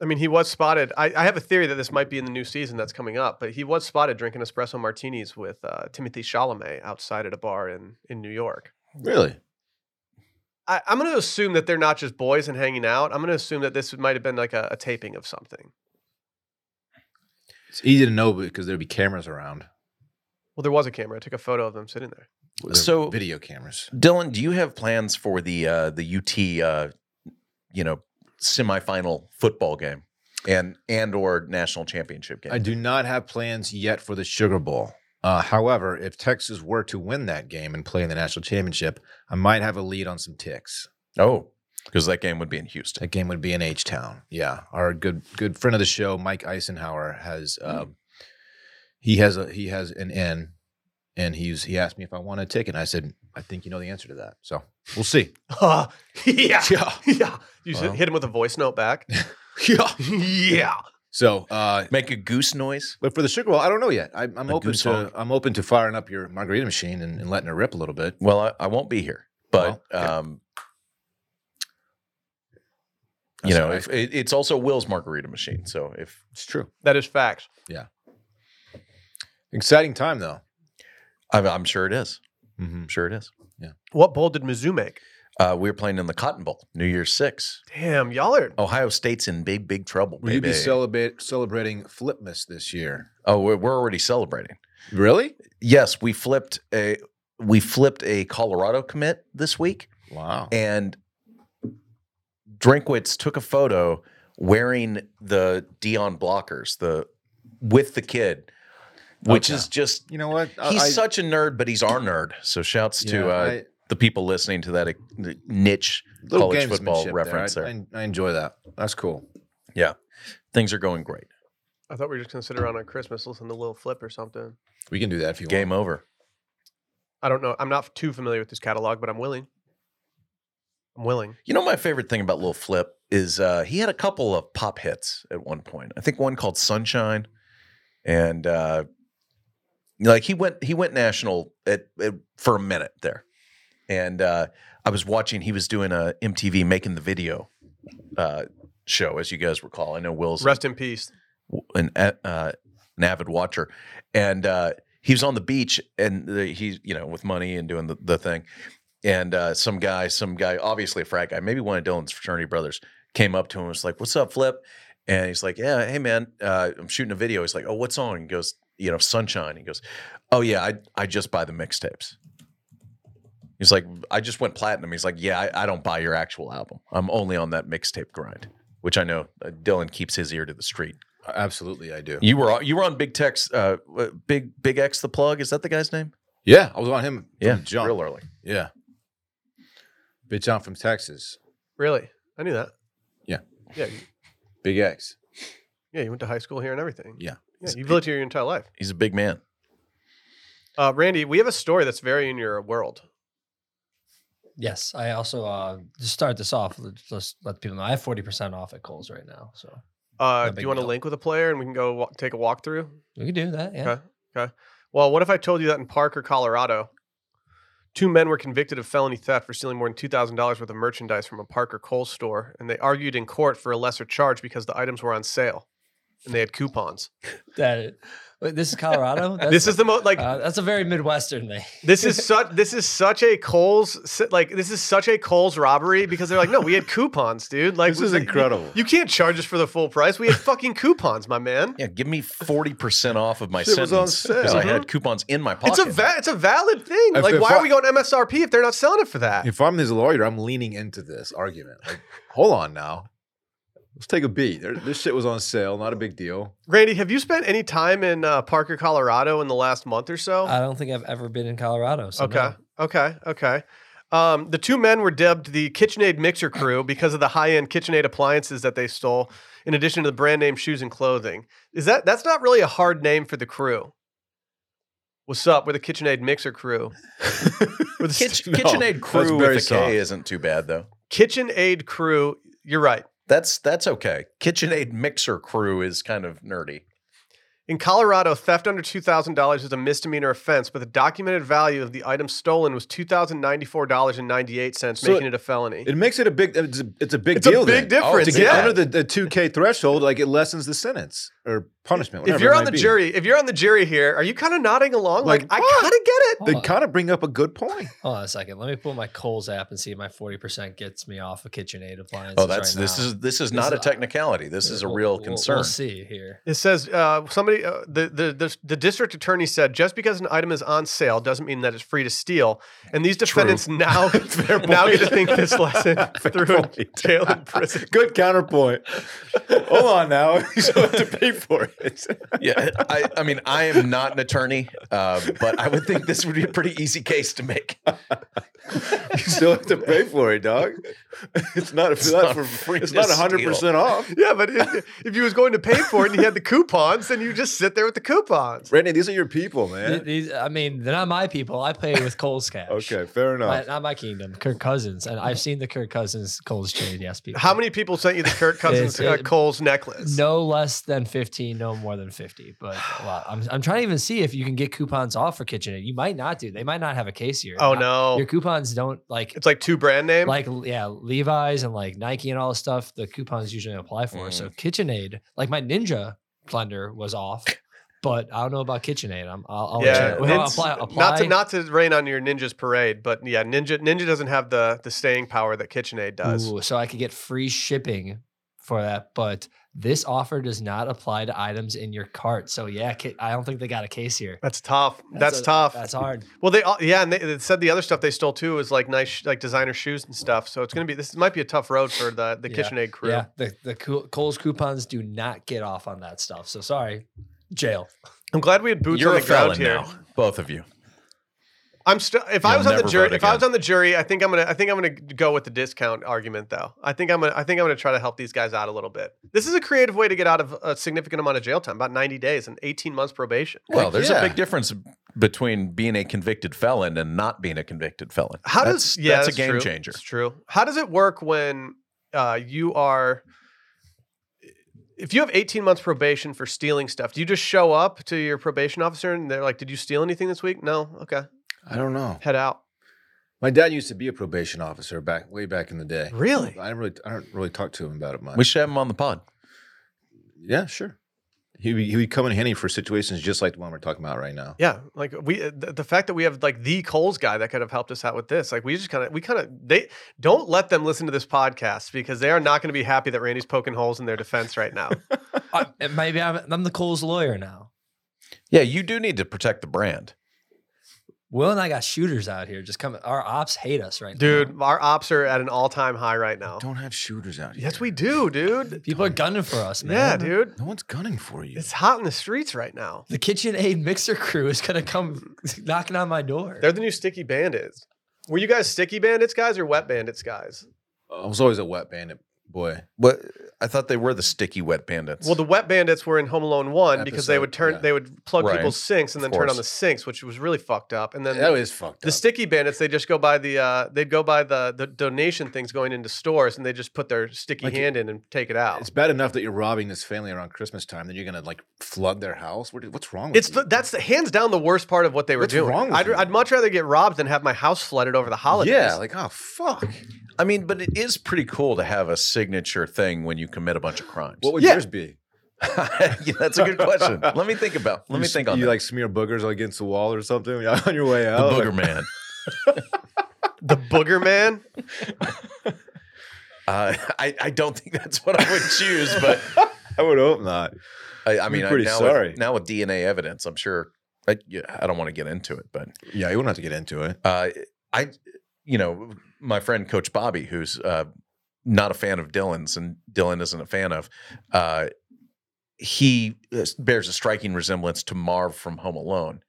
I mean, he was spotted. I, I have a theory that this might be in the new season that's coming up, but he was spotted drinking espresso martinis with uh, Timothy Chalamet outside at a bar in, in New York.
Really?
I, I'm going to assume that they're not just boys and hanging out. I'm going to assume that this might have been like a, a taping of something.
It's easy to know because there'd be cameras around.
Well, there was a camera. I took a photo of them sitting there.
There'd be
So-
video cameras.
Dylan, do you have plans for the uh, the UT uh, you know semifinal football game and and or national championship game?
I do not have plans yet for the Sugar Bowl. Uh, however, if Texas were to win that game and play in the national championship, I might have a lead on some ticks.
oh, because that game would be in Houston.
That game would be in H Town. Yeah, our good good friend of the show, Mike Eisenhower, has
Hmm.
um, he has a he has an in, and he's he asked me if I want a ticket. And I said, I think you know the answer to that. So we'll see.
yeah.
yeah,
Yeah. You should
Well.
hit him with a voice note back.
yeah.
yeah.
So uh,
Make a goose noise.
But for the sugar bowl, I don't know yet. I, I'm
A
open
goose
to
honk.
I'm open to firing up your margarita machine and, and letting it rip a little bit.
Well, I, I won't be here, but
Well, yeah.
um,
That's
you know,
all
if, it, it's also Will's margarita machine. So if
It's true.
That is facts.
Exciting time though.
I'm, I'm sure it is,
Mm-hmm.
I'm sure it is.
What bowl did Mizzou make?
Uh, we were playing in the Cotton Bowl, New Year's Six.
Damn, y'all are.
Ohio State's in big, big trouble.
Will you be
baby.
celebrate, celebrating Flipmas this year?
oh, we're, we're already celebrating.
Really?
Yes, we flipped a we flipped a Colorado commit this week,
Wow.
and Drinkwitz took a photo wearing the Dion blockers, the with the kid, which
Okay.
is just
you know what?
he's such a nerd, but he's our nerd. So shouts
yeah,
to uh,
I-
the people listening to that uh, niche. college football
gamesmanship there.
reference
I- I, I enjoy that. That's cool.
Things are going great.
I thought we were just going to sit around on Christmas, listen to Lil Flip or something.
We can do that if you
Game
want.
over.
I don't know. I'm not too familiar with this catalog, but I'm willing. I'm willing.
You know, my favorite thing about Lil Flip is uh, he had a couple of pop hits at one point. I think one called Sunshine, and uh, like he went he went national at, at, for a minute there. And uh, I was watching. He was doing a MTV making the video uh, show, as you guys recall. I know Will's
Rest in peace.
an uh, an avid watcher, and uh, he was on the beach and the, he's you know with money and doing the, the thing, and uh, some guy, some guy, obviously a frat guy, maybe one of Dylan's fraternity brothers, came up to him and was like, "What's up, Flip?" And he's like, "Yeah, hey man, uh, I'm shooting a video." He's like, "Oh, what's on?" He goes, "You know, Sunshine." He goes, "Oh yeah, I I just buy the mixtapes." He's like, I just went platinum. He's like, yeah, I, I don't buy your actual album. I'm only on that mixtape grind, which I know uh, Dylan keeps his ear to the street.
Absolutely, I do.
You were you were on Big Tech's uh, uh, Big Big X the plug. Is that the guy's name?
Yeah, I was on him.
Yeah,
from jump.
real early.
Yeah. Bitch, I'm from Texas.
Really? I knew that.
Yeah.
Yeah. you-
Big X.
Yeah. You went to high school here and everything.
Yeah.
Yeah. You've lived here your entire life.
He's a big man.
Uh, Randy, we have a story that's very in your world.
Yes, I also uh, to start this off. Let's, let's let people know I have forty percent off at Kohl's right now, so
Uh,
No
do
big
you want to
deal.
link with a player and we can go wa- take a walkthrough?
we can do that. Yeah.
Okay. Well, what if I told you that in Parker, Colorado, two men were convicted of felony theft for stealing more than $2,000 worth of merchandise from a Parker Kohl's store, and they argued in court for a lesser charge because the items were on sale and they had coupons.
That wait, this is Colorado. That's,
this is the most like
uh, that's a very Midwestern thing.
this is such this is such a Kohl's si- like this is such a Kohl's robbery because they're like, no, we had coupons, dude. Like
This
we-
is
like,
incredible.
You can't charge us for the full price. We had fucking coupons, my man.
Yeah, give me forty percent off of my
Shit was on
sentence because I
sale.
had coupons in my
It's
pocket.
a va- it's a valid thing.
If-
Like,
if
why
I-
are we going MSRP if they're not selling it for that?
if I'm his lawyer, I'm leaning into this argument. Like, hold on now. Let's take a beat. There- This shit was on sale, not a big deal.
Randy, have you spent any time in uh, Parker, Colorado in the last month or so?
I don't think I've ever been in Colorado. So
Oh. okay,
no.
okay, okay. Um, the two men were dubbed the KitchenAid Mixer Crew because of the high-end KitchenAid appliances that they stole, in addition to the brand name shoes and clothing. Is that that's not really a hard name for the crew? What's up? We're the KitchenAid Mixer Crew. We're the
Kitch-
No,
KitchenAid
that's
crew
very
with a
soft.
K isn't too bad though.
KitchenAid Crew. You're right.
That's that's okay. KitchenAid mixer crew is kind of nerdy.
In Colorado, theft under $2,000 is a misdemeanor offense, but the documented value of the item stolen was $2,094.98,
So
making it a felony.
It makes it a big. It's a, it's a big
It's a
deal.
big
then.
difference,
to get
yeah.
under the- the two K threshold, like it lessens the sentence or punishment.
if
whatever
you're
it
on the
might be.
jury, if you're on the jury here, are you kind of nodding along? Like,
Like,
I
what?
kind of get it.
Hold
they
on.
kind of bring up a good point.
Hold on a second. Let me pull my Kohl's app and see if my 40% gets me off of KitchenAid appliances.
Oh, that's
right
this
now.
is this is uh, not
is-
a technicality. This is a
We'll-
real
we'll-
concern.
We'll see here.
It says uh, somebody, uh, the, the the the district attorney said, just because an item is on sale doesn't mean that it's free to steal. And these defendants now
Fair
now
point.
get to think this lesson
Fair
through in
point.
jail and prison.
Good counterpoint. Hold on now. You still have to pay for it.
yeah, I, I mean, I am not an attorney, uh, but I would think this would be a pretty easy case to make.
You still have to pay for it, dog. It's not, it's not,
not
for
free
free. It's
to
not 100% off.
Yeah, but if, if he was going to pay for it and he had the coupons, then you just sit there with the coupons.
Randy, these are your people,
Th-
man.
These, I mean, they're not my people. I play with Kohl's cash.
Okay, fair
My-
enough.
not my kingdom. Kirk Cousins, and I've seen the Kirk Cousins Kohl's trade. Yes, people.
How many people sent you the Kirk Cousins
It's-
uh, Cole's necklace?
No less than fifteen. No more than fifty. But a lot. I'm, I'm trying to even see if you can get coupons off for KitchenAid. You might not do. They might not have a case here.
Oh
Not- Your
no,
coupons don't like
it's like two brand names.
like yeah Levi's and like Nike and all this stuff. The coupons usually apply for.
Mm.
So KitchenAid, like my Ninja blender was off, but I don't know about KitchenAid. I'm I'll, I'll
yeah,
check. Well,
it's-
apply,
not
apply.
to not to rain on your ninja's parade, but yeah, ninja ninja doesn't have the the staying power that KitchenAid does.
Ooh, so I could get free shipping for that, but this offer does not apply to items in your cart. So yeah, Kit, I don't think they got a case here.
That's tough. That's,
a-
tough.
That's hard.
well, they all, yeah, and they, they said the other stuff they stole too was like nice, sh- like designer shoes and stuff. So it's gonna be this might be a tough road for the the
Yeah,
KitchenAid crew.
Yeah, the the Kool- Kohl's coupons do not get off on that stuff. So sorry, jail.
I'm glad we had boots
You're
on
a
the ground
felon
here.
now, both of you.
I'm still. If I
You'll
was on the
never
jury,
vote
if I was
again.
on the jury, I think I'm gonna. I think I'm gonna go with the discount argument, though. I think I'm gonna. I think I'm gonna try to help these guys out a little bit. This is a creative way to get out of a significant amount of jail time, about 90 days and 18 months probation.
Well, there's
yeah.
a big difference between being a convicted felon and not being a convicted felon.
How
that's,
does yeah,
that's, a game
true.
changer?
It's true. How does it work when uh, you are if you have 18 months probation for stealing stuff, do you just show up to your probation officer and they're like, "Did you steal anything this week?" No. Okay.
I don't know.
Head out.
My dad used to be a probation officer back way back in the day.
Really?
I don't really, I don't really talk to him about it much.
We should have him on the pod.
yeah, sure. He would- he would come in handy for situations just like the one we're talking about right now.
Yeah, like we th- the fact that we have like the Coles guy that could have helped us out with this. Like we just kind of we kind of they don't let them listen to this podcast because they are not going to be happy that Randy's poking holes in their defense right now.
I- maybe I'm I'm the Kohl's lawyer now.
Yeah, you do need to protect the brand.
Will and I got shooters out here. Just coming. Our ops hate us right now.
dude, our ops are at an all-time high right now.
Don't have shooters out here.
Yes, we do, dude.
People are gunning for us, man.
Yeah, dude.
No one's gunning for you.
It's hot in the streets right now.
The KitchenAid mixer crew is gonna come knocking on my door.
They're the new sticky bandits. Were you guys sticky bandits guys or wet bandits guys?
I was always a wet bandit boy.
What I thought they were the sticky wet bandits.
Well, the wet bandits were in Home Alone one because they
Episode,
would turn
yeah.
they would plug
Right,
people's sinks and
of
then turn on
course.
the sinks, which was really fucked up. And then
That was fucked
The
up.
sticky bandits, they just go by the uh, they'd go by the the donation things going into stores, and they just put their sticky
Like,
hand in and take it out.
It's
It's,
bad enough that you're robbing this family around Christmas time, then you're gonna like flood their house. What, what's wrong? With
the,
you?
that's the, hands down the worst part of what they were
What's
doing.
wrong with
I'd,
you?
I'd much rather get robbed than have my house flooded over the holidays.
yeah, like oh fuck.
I mean, but it is pretty cool to have a signature thing when you commit a bunch of crimes.
What would
Yeah.
yours be?
yeah, that's a good question. Let me think about. Let
You
me
s-
think on
You
that.
like smear boogers against the wall or something on your way
the
out.
booger man.
the booger man.
Uh, I I don't think that's what I would choose, but
I would hope not.
I, I
You're
mean, I,
pretty
now
sorry.
With, now with DNA evidence, I'm sure. I, yeah, I don't want to get into it, but
Yeah, you wouldn't have to get into it.
uh, I, you know, my friend Coach Bobby, who's uh, not a fan of Dylan's and Dylan isn't a fan of, uh, he uh, bears a striking resemblance to Marv from Home Alone,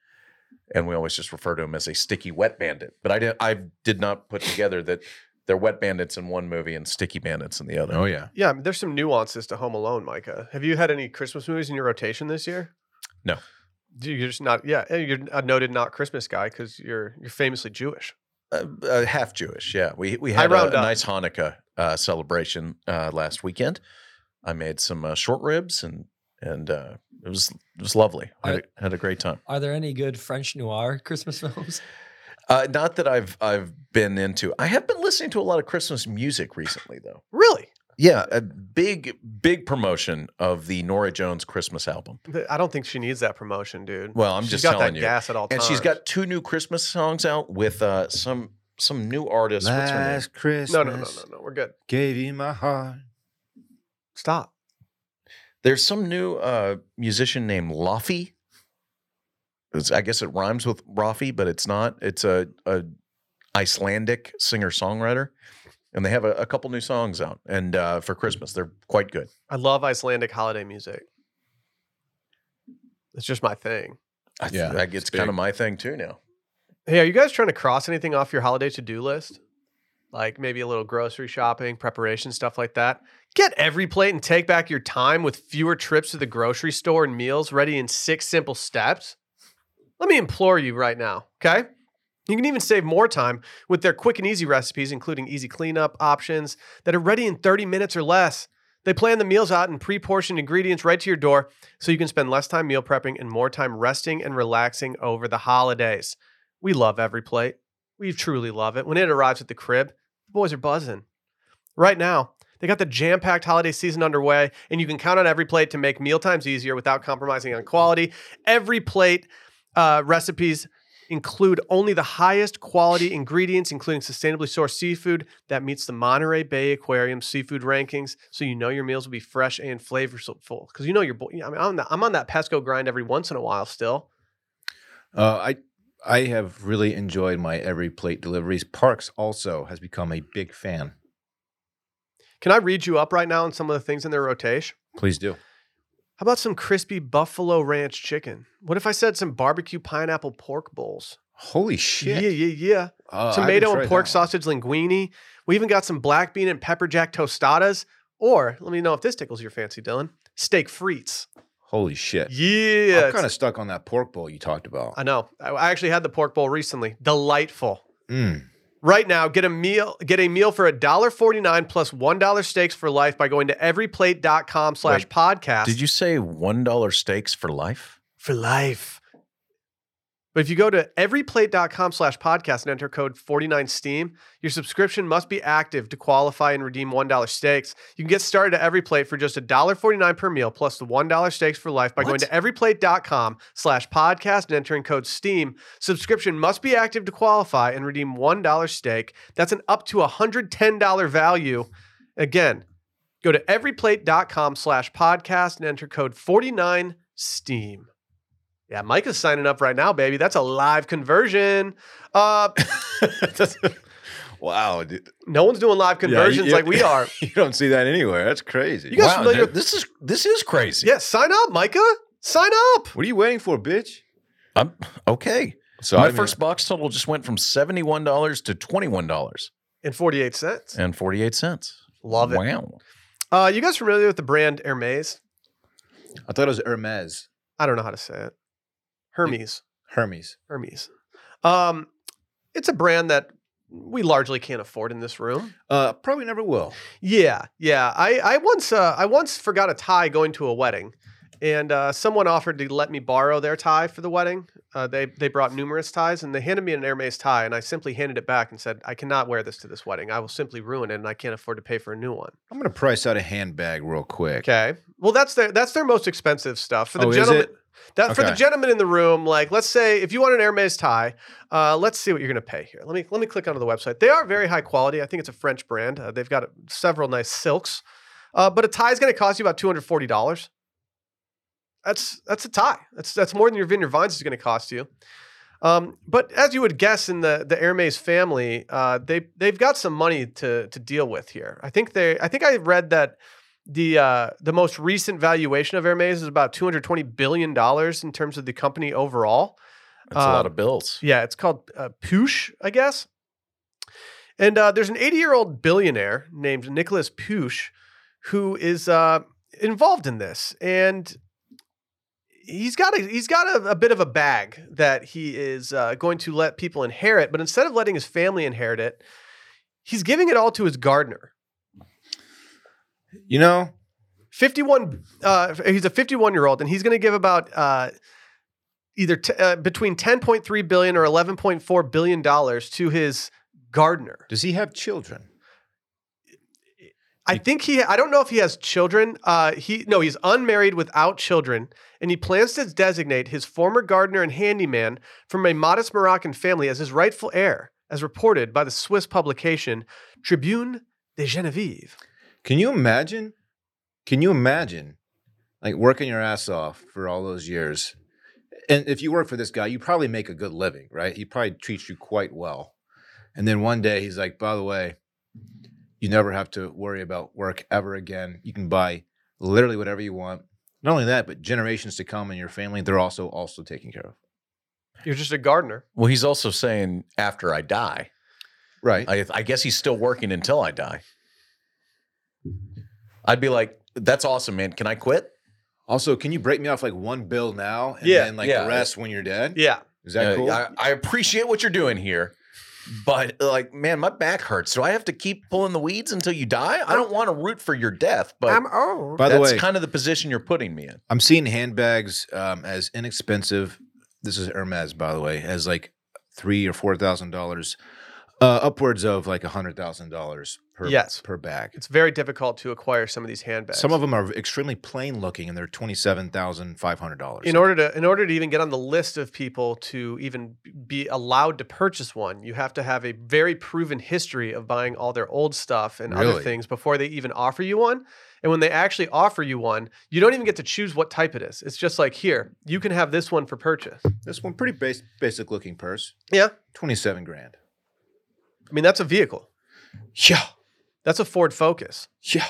and we always just refer to him as a sticky wet bandit. But I did, I did not put together that they're wet bandits in one movie and sticky bandits in the other.
Oh yeah.
Yeah, I mean, there's some nuances to Home Alone, Micah. Have you had any Christmas movies in your rotation this year?
No.
Do you- You're just not. Yeah, and you're a noted not Christmas guy because you're you're famously Jewish.
uh, uh, half Jewish. Yeah, we we had a,
round
a
up.
nice Hanukkah uh, celebration uh, last weekend. I made some uh, short ribs and and uh, It was it was lovely. I had,
Alright.
a- had a great time.
Are there any good French noir Christmas films?
Uh, not that I've I've been into. I have been listening to a lot of Christmas music recently, though.
Really?
Yeah, a big big promotion of the Nora Jones Christmas album.
I don't think she needs that promotion, dude.
Well, I'm
She's
just
got
telling
that
you.
gas at all
and
times.
she's got two new Christmas songs out with uh, some some new artist. What's her name?
Last Christmas
no, no, no, no, no. We're good.
gave you my heart.
Stop.
There's some new uh, musician named Laffy. It's- I guess it rhymes with Rafi, but it's not. It's a, a Icelandic singer songwriter, and they have a, a couple new songs out. And uh, for Christmas, they're quite good.
I love Icelandic holiday music. It's just my thing.
I th-
Yeah,
yeah, that gets
big.
kind of my thing too now.
Hey, are you guys trying to cross anything off your holiday to do list? Like maybe a little grocery shopping, preparation, stuff like that. Get every plate and take back your time with fewer trips to the grocery store and meals ready in six simple steps. Let me implore you right now, okay? You can even save more time with their quick and easy recipes, including easy cleanup options that are ready in 30 minutes or less. They plan the meals out and pre portioned ingredients right to your door so you can spend less time meal prepping and more time resting and relaxing over the holidays. We love every plate. We truly love it. When it arrives at the crib, the boys are buzzing. Right now, they got the jam packed holiday season underway, and you can count on every plate to make meal times easier without compromising on quality. Every plate uh, recipes include only the highest quality ingredients, including sustainably sourced seafood that meets the Monterey Bay Aquarium seafood rankings. So you know your meals will be fresh and flavorful. Because you know your, bo- I mean, I'm on, that, I'm on that pesco grind every once in a while still.
Uh, I I have really enjoyed my every plate deliveries. Parks also has become a big fan.
Can I read you up right now on some of the things in their rotation?
Please do.
How about some crispy buffalo ranch chicken? What if I said some barbecue pineapple pork bowls?
Holy
Yeah,
shit!
yeah, yeah.
Uh, I haven't
Tomato
tried
and pork
that one.
sausage linguine. We even got some black bean and pepper jack tostadas. Or let me know if this tickles your fancy, Dylan. Steak frites.
Holy shit!
Yeah.
I'm kind
it's-
of stuck on that pork bowl you talked about.
I know. I- I actually had the pork bowl recently. Delightful.
Mm.
Right now, get a meal get a meal for $1.49 plus $1 steaks for life by going to everyplate.com slash
Wait,
podcast.
Did you say one dollar steaks for life?
for life. But if you go to everyplate.com slash podcast and enter code 49STEAM, your subscription must be active to qualify and redeem $1 stakes. You can get started at Every Plate for just $1.49 per meal plus the $1 stakes for life by going
What?
to everyplate.com slash podcast and entering code STEAM. Subscription must be active to qualify and redeem $1 stake. That's an up to $110 value. Again, go to everyplate.com slash podcast and enter code 49STEAM. Yeah, Micah's signing up right now, baby. That's a live conversion. Uh,
That's- wow, dude.
no one's doing live conversions
yeah.
like we are.
you don't see that anywhere. That's crazy.
You guys
wow,
familiar-
dude, this is this is crazy.
Yeah, sign up, Micah. Sign up.
what are you waiting for, bitch?
I'm okay.
So
My
I mean-
first box total just went from seventy one dollars to twenty one dollars
And 48 cents.
and forty eight cents.
Love it.
Wow.
Uh, you guys familiar with the brand Hermes?
I thought it was Hermes.
I don't know how to say it. Hermes.
Hermes.
Hermes. Um, it's a brand that we largely can't afford in this room.
Uh, probably never will.
Yeah, yeah. I I once uh, I once forgot a tie going to a wedding, and uh, someone offered to let me borrow their tie for the wedding. Uh, they they brought numerous ties, and they handed me an Hermes tie, and I simply handed it back and said, "I cannot wear this to this wedding. I will simply ruin it, and I can't afford to pay for a new one."
I'm gonna price out a handbag real quick.
Okay. Well, that's their that's their most expensive stuff for the
Oh, is
gentleman.
it?
That for the
Okay.
gentleman in the room, like let's say if you want an Hermes tie, uh, let's see what you're going to pay here. Let me let me click onto the website. They are very high quality. I think it's a French brand. Uh, they've got several nice silks, uh, but a tie is going to cost you about two hundred forty dollars. That's that's a tie. That's that's more than your Vineyard Vines is going to cost you. Um, but as you would guess, in the the Hermes family, uh, they they've got some money to to deal with here. I think they I think I read that the uh, the most recent valuation of Hermes is about 220 billion dollars in terms of the company overall.
That's a lot
Um,
of bills.
Yeah, it's called uh, Puch, I guess. And uh, there's an 80 year old billionaire named Nicholas Puch who is uh, involved in this, and he's got a he's got a, a bit of a bag that he is uh, going to let people inherit. But instead of letting his family inherit it, he's giving it all to his gardener.
You know,
51 uh, he's a 51 year old and he's going to give about uh, either t- uh, between 10.3 billion or 11.4 billion dollars to his gardener
Does he have children?
i think he i don't know if he has children uh, he no he's unmarried without children and he plans to designate his former gardener and handyman from a modest moroccan family as his rightful heir as reported by the swiss publication tribune de genevieve
Can you imagine? Can you imagine like working your ass off for all those years? And if you work for this guy, you probably make a good living, right? He probably treats you quite well. And then one day he's like, by the way, you never have to worry about work ever again. You can buy literally whatever you want. Not only that, but generations to come in your family, they're also also taken care of.
you're just a gardener
Well, he's also saying after I die.
Right.
I, I guess he's still working until I die. I'd be like, that's awesome, man. Can I quit?
also, can you break me off like one bill now and
Yeah,
then like
yeah.
the rest when you're dead?
yeah
Is that
Uh,
cool?
I, I appreciate what you're doing here, but like, man, my back hurts. Do I have to keep pulling the weeds until you die? I don't want to root for your death, but
old
By the
that's
way,
kind of the position you're putting me in.
I'm seeing handbags um, as inexpensive. This is Hermes, by the way, as like three or four thousand dollars, uh, upwards of like a hundred thousand dollars per
Yes.
per bag.
it's very difficult to acquire some of these handbags.
Some of them are extremely plain looking, and they're twenty seven thousand five hundred dollars.
in order to in order to even get on the list of people to even be allowed to purchase one, you have to have a very proven history of buying all their old stuff and other
Really?
things before they even offer you one. And when they actually offer you one, you don't even get to choose what type it is. It's just like here, you can have this one for purchase.
this one pretty base, basic looking purse,
Yeah,
twenty seven grand.
I mean that's a vehicle.
Yeah,
That's a Ford Focus,
yeah.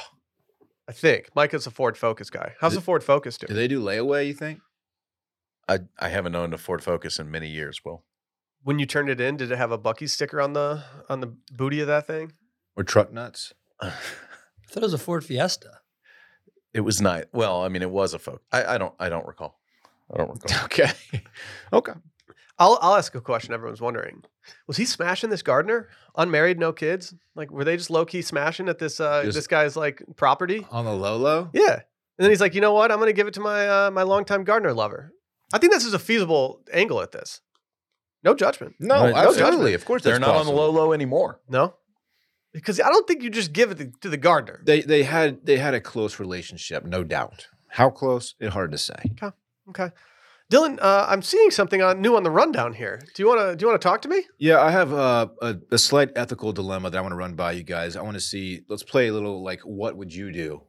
I think. Micah's a Ford Focus guy. How's
Th-
a Ford Focus
Do
doing?
they do layaway? You think?
I, I haven't owned a Ford Focus in many years, Will.
When you turned it in, did it have a Bucky sticker on the on the booty of that thing?
Or truck nuts?
I thought it was a Ford Fiesta.
It was not. Well, I mean, it was a Focus. I, I don't. I don't recall. I don't recall.
Okay, okay.
I'll, I'll ask a question everyone's wondering. Was he smashing this gardener? Unmarried, no kids? Like, were they just low key smashing at this uh,
Just-
this guy's like property?
On the low low.
Yeah. And then he's like, you know what? I'm gonna give it to my uh, my longtime gardener lover. I think this is a feasible angle at this. No judgment.
No,
Right, no
absolutely.
judgment.
Of course,
They're
that's
not on the
possible.
low low anymore.
No, because I don't think you just give it to, to the gardener.
they they had they had a close relationship, no doubt. How close? It's hard to say.
Okay, Dylan, uh, I'm seeing something on, new on the rundown here. Do you wanna do you wanna talk to me?
Yeah, I have uh, a a slight ethical dilemma that I want to run by you guys. I want to see. Let's play a little like what would you do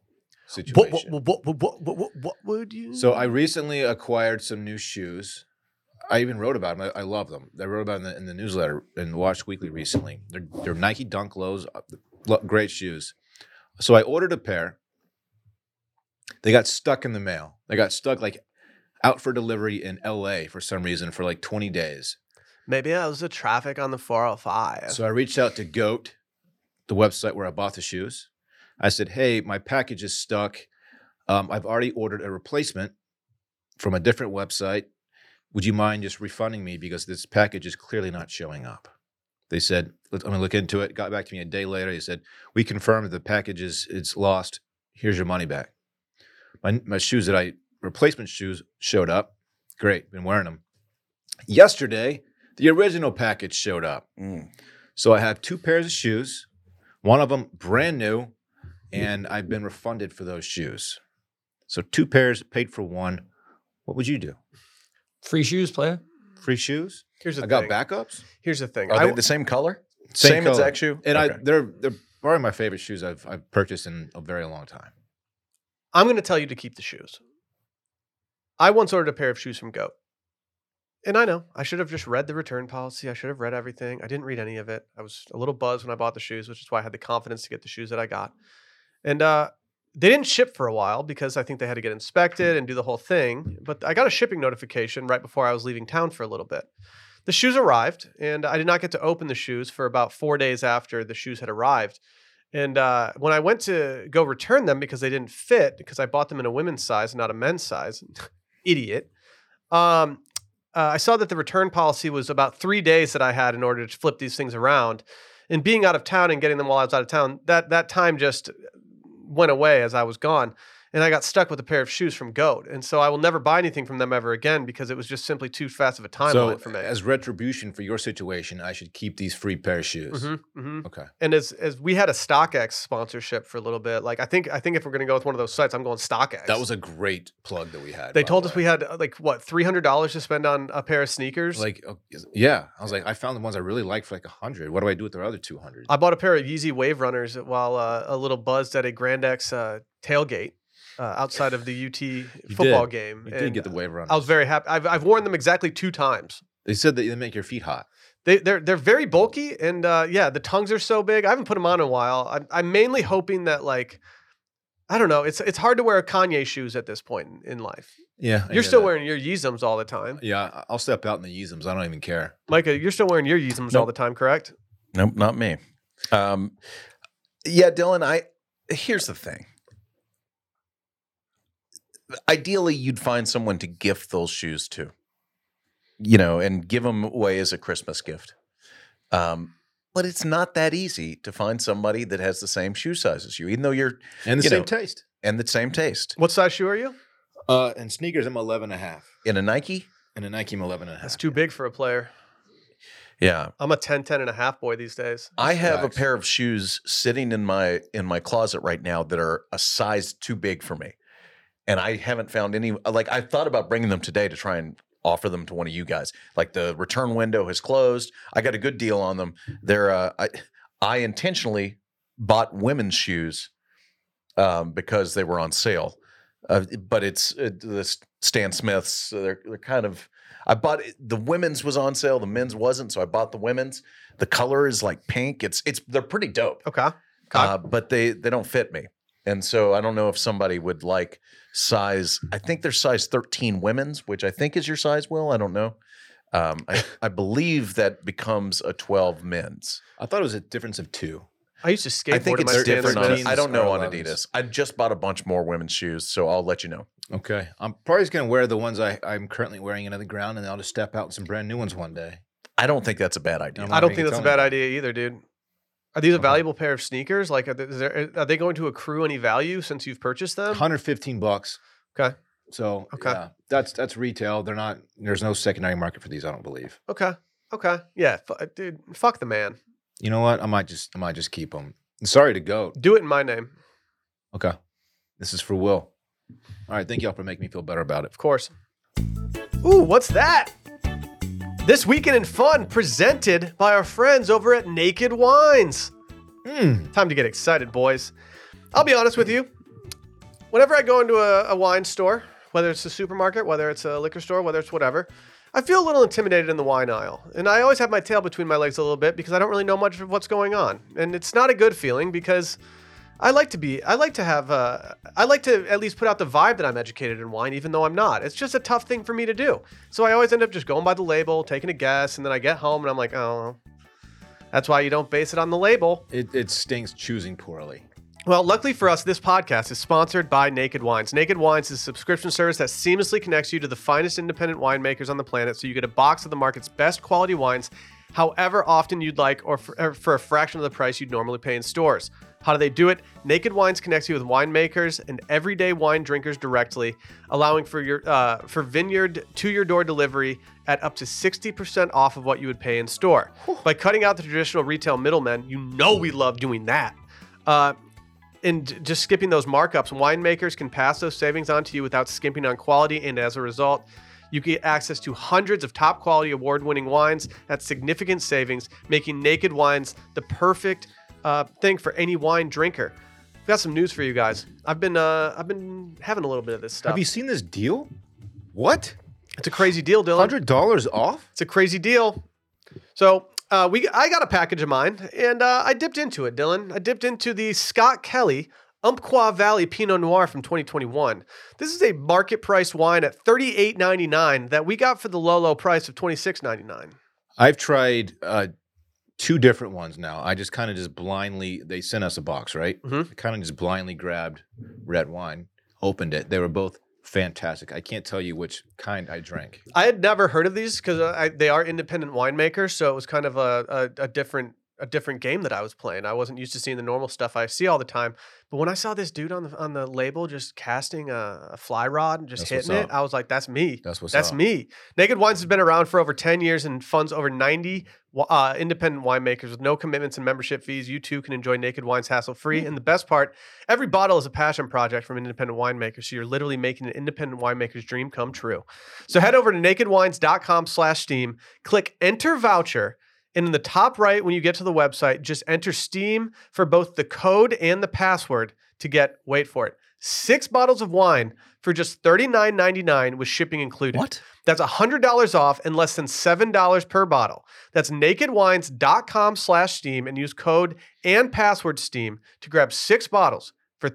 situation.
what, what, what, what, what, what would you?
So I recently acquired some new shoes. I even wrote about them. I, I love them. I wrote about them in the, in the newsletter in Watch Weekly recently. They're they're Nike Dunk Lows, uh, lo- great shoes. So I ordered a pair. They got stuck in the mail. They got stuck like out for delivery in LA for some reason for like 20 days.
maybe that was the traffic on the 405.
So I reached out to Goat, the website where I bought the shoes. I said, "Hey, my package is stuck. Um, I've already ordered a replacement from a different website. Would you mind just refunding me because this package is clearly not showing up?" They said, "Let's- "I'm gonna look into it." Got back to me a day later. They said, "We confirmed that the package is it's lost. Here's your money back." My my shoes that I replacement shoes showed up. Great, been wearing them. Yesterday, the original package showed up.
Mm.
So I have two pairs of shoes, one of them brand new, and I've been refunded for those shoes. So two pairs paid for one. What would you do?
Free shoes, player.
Free shoes?
Here's the
I
thing.
got backups.
Here's the thing.
Are
I,
they the same color?
Same
exact
color.
shoe.
And I
Okay.
they're they're probably my favorite shoes I've I've purchased in a very long time.
I'm going to tell you to keep the shoes. I once ordered a pair of shoes from Goat. And I know I should have just read the return policy. I should have read everything. I didn't read any of it. I was a little buzzed when I bought the shoes, which is why I had the confidence to get the shoes that I got. And uh, they didn't ship for a while because I think they had to get inspected and do the whole thing. But I got a shipping notification right before I was leaving town for a little bit. The shoes arrived, and I did not get to open the shoes for about four days after the shoes had arrived. And uh, when I went to go return them because they didn't fit, because I bought them in a women's size, not a men's size, idiot. Um, uh, I saw that the return policy was about three days that I had in order to flip these things around. And being out of town and getting them while I was out of town, that that time just went away as I was gone. and I got stuck with a pair of shoes from Goat, and so I will never buy anything from them ever again because it was just simply too fast of a timeline
so
for me.
as retribution for your situation, I should keep these free pair of shoes.
Mhm, mhm.
Okay.
And as as we had a StockX sponsorship for a little bit, like I think I think if we're gonna go with one of those sites, I'm going StockX.
That was a great plug that we had.
they
by
told
the
us
way.
we had uh, like what three hundred dollars to spend on a pair of sneakers.
like oh, is- yeah. I was like, I found the ones I really like for like a hundred. What do I do with the other two hundred?
I bought a pair of Yeezy Wave Runners while uh, a little buzzed at a Grand X uh, tailgate uh, outside of the UT football
did.
game.
You did
and
get the wave runner.
I was very happy. I've, I've worn them exactly two times.
they said that they make your feet hot.
They, they're they're very bulky and uh, yeah, the tongues are so big. I haven't put them on in a while. I'm, I'm mainly hoping that like. I don't know. It's it's hard to wear Kanye shoes at this point in- in life.
Yeah. I hear
You're still
that.
wearing your Yeezums all the time,
Yeah, I- I'll step out in the Yeezums. I don't even care.
Micah. You're still wearing your Yeezums all
Nope.
the time, correct?
Nope, not me. Um, yeah, Dylan. I here's the thing. Ideally, you'd find someone to gift those shoes to, you know, and give them away as a Christmas gift. Um, but it's not that easy to find somebody that has the same shoe size as you, even though you're
And the
You
same
know.
taste.
and the same taste.
What size shoe are you?
Uh, and sneakers, I'm 11 and a half.
In a Nike,
And a Nike, I'm 11 and a half.
That's too big for a player.
yeah,
I'm a 10, 10 and a half boy these days.
I have
Facts.
a pair of shoes sitting in my in my closet right now that are a size too big for me, and I haven't found any. Like I thought about bringing them today to try and offer them to one of you guys. Like the return window has closed. I got a good deal on them. They're uh, I, I intentionally bought women's shoes um, because they were on sale, uh, but it's uh, the Stan Smiths. So they're they're kind of. I bought the women's was on sale, the men's wasn't, so I bought the women's. The color is like pink. It's it's they're pretty dope,
Okay.
uh, but they they don't fit me, and so I don't know if somebody would like size. I think they're size thirteen women's, which I think is your size. Will I don't know. Um, I, I believe that becomes a twelve men's.
I thought it was a difference of two.
I used to skateboard.
I think
in my
it's
Stan
different. On,
Smiths.
I don't know on
13s or 11s.
Adidas. I just bought a bunch more women's shoes, so I'll let you know.
Okay. I'm probably just going to wear the ones I, I'm currently wearing into the ground, and I'll just step out in some brand new ones one day.
I don't think that's a bad idea.
I'm
I don't
already
think that's a
telling
bad
you.
idea either, dude. Are these a
Okay.
valuable pair of sneakers? Like, are, th- is there, are they going to accrue any value since you've purchased
Um,
them?
115 bucks.
Okay.
So
Okay.
yeah, that's that's retail. They're not. There's no secondary market for these. I don't believe.
Okay. Okay. Yeah, f- dude. Fuck the man.
You know what? I might just I might just keep them. Sorry to go.
Do it in my name,
Okay. This is for Will. All right. Thank y'all for making me feel better about it.
of course. Ooh, what's that? This weekend in fun, presented by our friends over at Naked Wines.
Mm.
Time to get excited, boys. I'll be honest with you. Whenever I go into a, a wine store, whether it's a supermarket, whether it's a liquor store, whether it's whatever, I feel a little intimidated in the wine aisle. And I always have my tail between my legs a little bit because I don't really know much of what's going on. And it's not a good feeling because I like to be, I like to have, uh, I like to at least put out the vibe that I'm educated in wine, even though I'm not. It's just a tough thing for me to do. So I always end up just going by the label, taking a guess, and then I get home and I'm like, oh, that's why you don't base it on the label.
It it stinks choosing poorly.
Well, luckily for us, this podcast is sponsored by Naked Wines. Naked Wines is a subscription service that seamlessly connects you to the finest independent winemakers on the planet so you get a box of the market's best quality wines however often you'd like or for, or for a fraction of the price you'd normally pay in stores. How do they do it? Naked Wines connects you with winemakers and everyday wine drinkers directly, allowing for your uh, for vineyard to your door delivery at up to 60% off of what you would pay in store. By cutting out the traditional retail middlemen, you know we love doing that. Uh, and j- just skipping those markups, winemakers can pass those savings on to you without skimping on quality. And as a result, you get access to hundreds of top quality award winning wines at significant savings, making Naked Wines the perfect uh, thing for any wine drinker. I've got some news for you guys. I've been uh, I've been having a little bit of this stuff.
Have you seen this deal? What?
it's a crazy deal, Dylan.
Hundred dollars off?
It's a crazy deal. So uh, we I got a package of mine, and uh, I dipped into it, Dylan. I dipped into the Scott Kelly Umpqua Valley Pinot Noir from 2021. This is a market price wine at $38.99 that we got for the low low price of $26.99.
I've tried uh, two different ones now. I just kind of just blindly they sent us a box, right?
Mhm.
I kind of just blindly grabbed red wine, opened it. They were both fantastic. I can't tell you which kind I drank.
uh, I had never heard of these because they are independent winemakers, so it was kind of a, a, a different a different game that I was playing. I wasn't used to seeing the normal stuff I see all the time. But when I saw this dude on the on the label just casting a, a fly rod and just
That's what's
hitting it,
up.
I was like, "That's me.
That's what's
That's
up.
me." Naked Wines has been around for over ten years and funds over ninety wi- uh, independent winemakers with no commitments and membership fees. You too can enjoy Naked Wines hassle free. And the best part, every bottle is a passion project from an independent winemaker. So you're literally making an independent winemaker's dream come true. So head over to nakedwines.com/steam, click enter voucher. And in the top right, when you get to the website, just enter Steam for both the code and the password to get, wait for it, six bottles of wine for just $39.99 with shipping included.
What?
That's $100 off and less than $7 per bottle. That's nakedwines.com slash Steam and use code and password Steam to grab six bottles for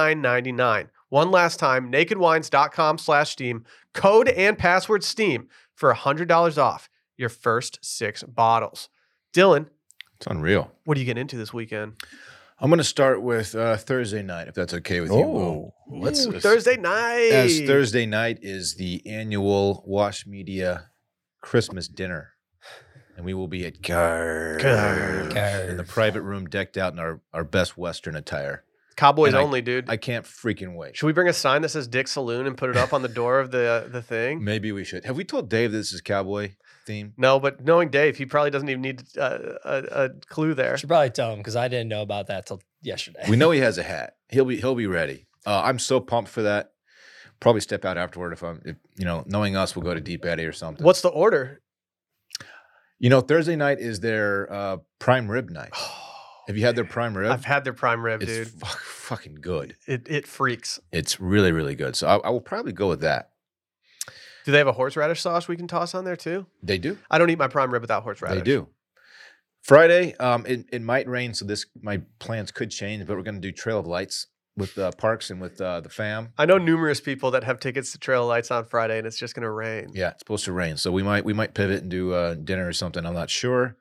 $39.99. One last time, nakedwines.com slash Steam, code and password Steam for $100 off your first six bottles. Dylan,
It's unreal.
what are you getting into this weekend?
I'm gonna start with uh, Thursday night, if that's okay with you. Will.
Oh, let's.
Ooh, Thursday night.
As Thursday night is the annual Wash Media Christmas dinner, and we will be at Garv,
Garv.
in the private room, decked out in our, our best Western attire.
Cowboys
and I-
only, dude.
I can't freaking wait.
Should we bring a sign that says Dick Saloon and put it up on the door of the the thing?
Maybe we should. Have we told Dave this is cowboy theme?
No, but knowing Dave, he probably doesn't even need uh, a, a clue there.
Should probably tell him because I didn't know about that till yesterday.
We know he has a hat. He'll be he'll be ready. Uh, I'm so pumped for that. Probably step out afterward if I'm, if, you know, knowing us, we'll go to Deep Eddy or something.
What's the order?
you know, Thursday night is their uh, prime rib night. Have you had their prime rib?
Oh, I've had their prime rib,
it's
dude.
fuck- fucking good.
It it freaks.
It's really really good. So I, I will probably go with that.
Do they have a horseradish sauce we can toss on there too?
They do.
I don't eat my prime rib without horseradish.
They do. Friday, um, it, it might rain, so this my plans could change, but we're gonna do Trail of Lights with uh, Parks and with uh, the fam.
I know numerous people that have tickets to Trail of Lights on Friday, and it's just gonna rain.
Yeah, it's supposed to rain, so we might we might pivot and do uh, dinner or something. I'm not sure.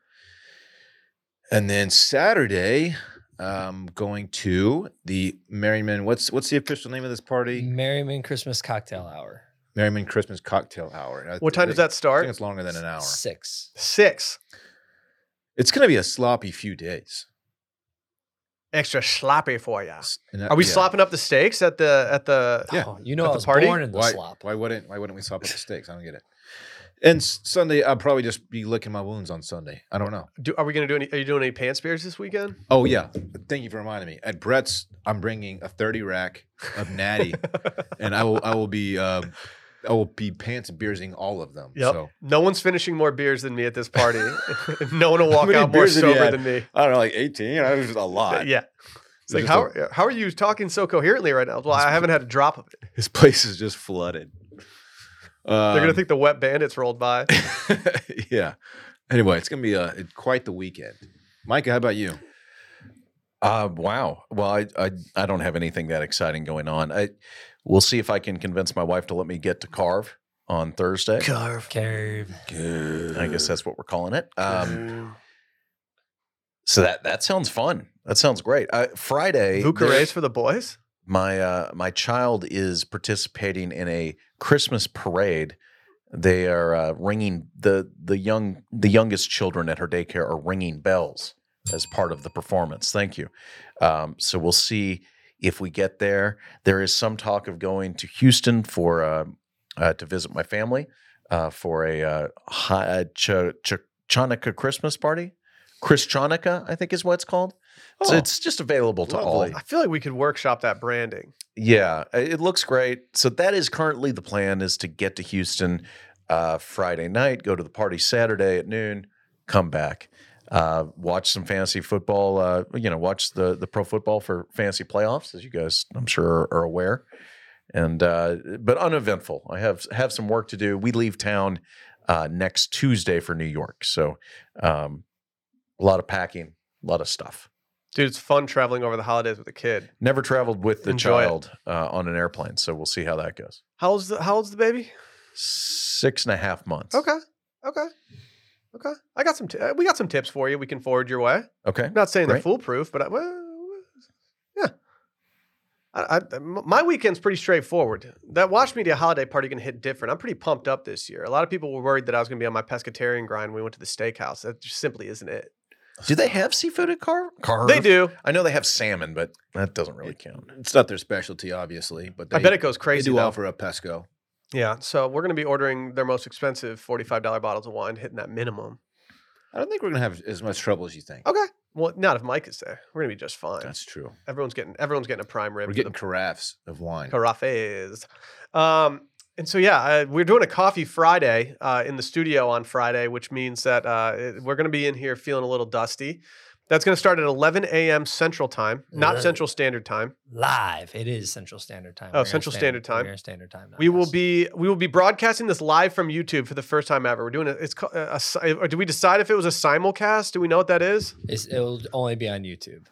And then Saturday, um, going to the Merriman. What's what's the official name of this
Mm.
party?
Merriman Christmas cocktail hour.
Merriman Christmas Cocktail Hour. I
What time does
think-
that
I think
start?
it's longer than an hour.
Six.
Six.
It's going to be a sloppy few days.
Extra sloppy for ya.
And that-
Ah. Are we
yeah.
slopping up the steaks at the at the?
Yeah.
Oh, you know
At
I
the
was
party?
born in the
why,
slop.
Why wouldn't why wouldn't we slop up the steaks? I don't get it. And s- Sunday, I'll probably just be licking my wounds on Sunday. I don't know.
Do, are we gonna do any? Are you doing any pants beers this weekend?
Oh yeah, thank you for reminding me. At Brett's, I'm bringing a 30 rack of Natty, and I will I will be um, I will be pants beersing all of them.
Yep.
So
No one's finishing more beers than me at this party. no one will walk
many
out more
beers have you
sober
had?
than Uh, me.
I don't know, like 18. I was a lot.
Yeah. It's like
just
how, how are you talking so coherently right now? Well, I haven't had a drop of it.
His place is just flooded.
They're gonna
Um,
think the wet bandits rolled by.
yeah. Anyway, it's gonna be uh quite the weekend. Micah, how about you?
Uh, wow. Well, I, I I don't have anything that exciting going on. I we'll see if I can convince my wife to let me get to carve on Thursday.
Carve.
Curve.
I guess that's what we're calling it. Um, so that that sounds fun. That sounds great. Uh, Friday,
Bucharest for the boys.
my uh, my child is participating in a Christmas parade. They are uh, ringing the the young the youngest children at her daycare are ringing bells as part of the performance. Thank you. Um, so we'll see if we get there. There is some talk of going to Houston for uh, uh, to visit my family uh, for a uh, hi- uh, Ch- Ch- Chanukah Christmas party. Chris Chanukah, I think, is what it's called. so
Oh,
it's just available to all.
lovely.
I feel like we could workshop that branding.
Yeah, i- it looks great. So that is currently the plan: is to get to Houston uh, Friday night, go to the party Saturday at noon, come back, uh, watch some fantasy football. Uh, you know, watch the the pro football for fantasy playoffs, as you guys, I'm sure, are aware. And uh, but uneventful. I have have some work to do. We leave town uh, next Tuesday for New York, so um, a lot of packing, a lot of stuff.
Dude, it's fun traveling over the holidays with a kid.
Never traveled with the
Enjoy it.
child uh, on an airplane, so we'll see how that goes.
How old's the how old's the baby?
Six and a half months.
Okay. Okay. Okay. I got some t- uh, we got some tips for you we can forward your way.
Okay.
I'm not saying they're
Right.
foolproof, but I, well, yeah. I, I, my weekend's pretty straightforward. That Wash Media holiday party gonna hit different. I'm pretty pumped up this year. A lot of people were worried that I was gonna be on my pescatarian grind when we went to the steakhouse. That just simply isn't it.
Do they have seafood at Car?
Uh-huh.
Carve?
They do.
I know they have salmon, but that doesn't really count.
It's not their specialty, obviously, but they,
I bet it goes
they
crazy.
do
though.
offer a pesco.
Yeah, so we're going to be ordering their most expensive forty-five dollar bottles of wine, hitting that minimum.
I don't think we're gonna have as much trouble as you think.
Okay. Well, not if Mike is there. We're going to be just fine.
That's true.
everyone's getting everyone's getting a prime rib.
We're
for
getting
the
carafes of wine.
carafes. Um, and so yeah, uh, we're doing a coffee Friday uh, in the studio on Friday, which means that uh, it- we're going to be in here feeling a little dusty. That's going to start at 11 a.m. Central Time, not
Ugh.
Central Standard Time.
Live. It is Central Standard Time.
Oh,
We're in
Central Standard Time.
We're in Standard Time. now,
We will
yes.
be we will be broadcasting this live from YouTube for the first time ever. We're doing it. It's ca- uh, a, a, si- or did we decide if it was a simulcast? Do we know what that is?
It's, it'll only be on YouTube.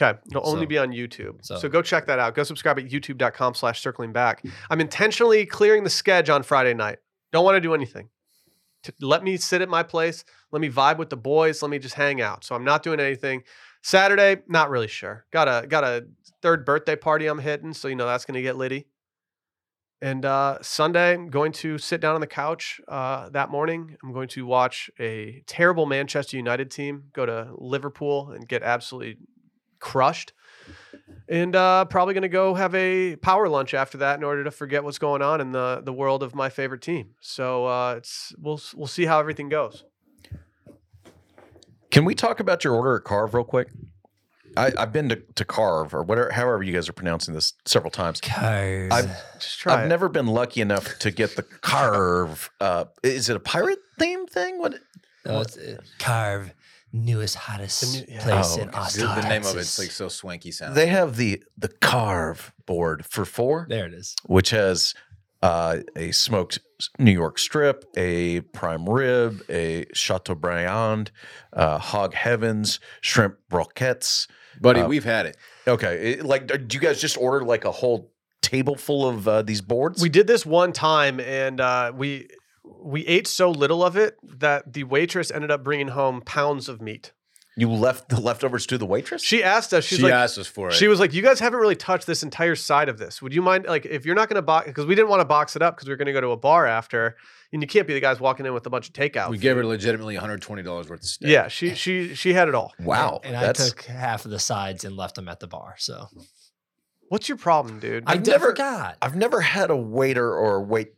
Okay. It'll only
So-
be on YouTube. So,
so-
go check that out. Go subscribe at youtube.com slash circling back. I'm intentionally clearing the schedule on Friday night. Don't want to do anything. T- let me sit at my place. Let me vibe with the boys. Let me just hang out. So I'm not doing anything. Saturday, not really sure. Got a got a third birthday party I'm hitting, so you know that's gonna get litty. And uh, Sunday, I'm going to sit down on the couch uh, that morning. I'm going to watch a terrible Manchester United team go to Liverpool and get absolutely crushed. And uh, probably going to go have a power lunch after that in order to forget what's going on in the the world of my favorite team. So uh, it's we'll s- we'll see how everything goes.
Can we talk about your order at Carve real quick? I, I've been to, to Carve or whatever, however you guys are pronouncing this several times.
Cars.
I've,
Just try.
I've
it.
never been lucky enough to get the Carve. Uh, is it a pirate theme thing? What?
No, it's, uh, Carve, newest, hottest
The new- yeah.
place
Oh,
in
okay.
Austin.
The, the name of
Texas.
it's like so swanky sounding.
They have the the Carve board for four.
There it is.
which has uh, a smoked New York strip, a prime rib, a Chateaubriand, uh, hog heavens, shrimp broquettes.
buddy.
uh,
we've had it.
Okay, it- like, do you guys just order like a whole table full of uh, these boards?
We did this one time, and uh, we we ate so little of it that the waitress ended up bringing home pounds of meat.
you left the leftovers to the waitress.
She asked us. She's
she
like,
asked us for it.
She was like, "You guys haven't really touched this entire side of this. Would you mind, like, if you're not going to box, because we didn't want to box it up because we were going to go to a bar after, and you can't be the guys walking in with a bunch of takeout.
we
food."
gave her legitimately 120 dollars worth of steak.
yeah, she she she had it all.
wow,
And I
that's
took half of the sides and left them at the bar. So
What's your problem, dude?
I,
I've
d- I
never-
forgot.
I've never had a waiter or a wait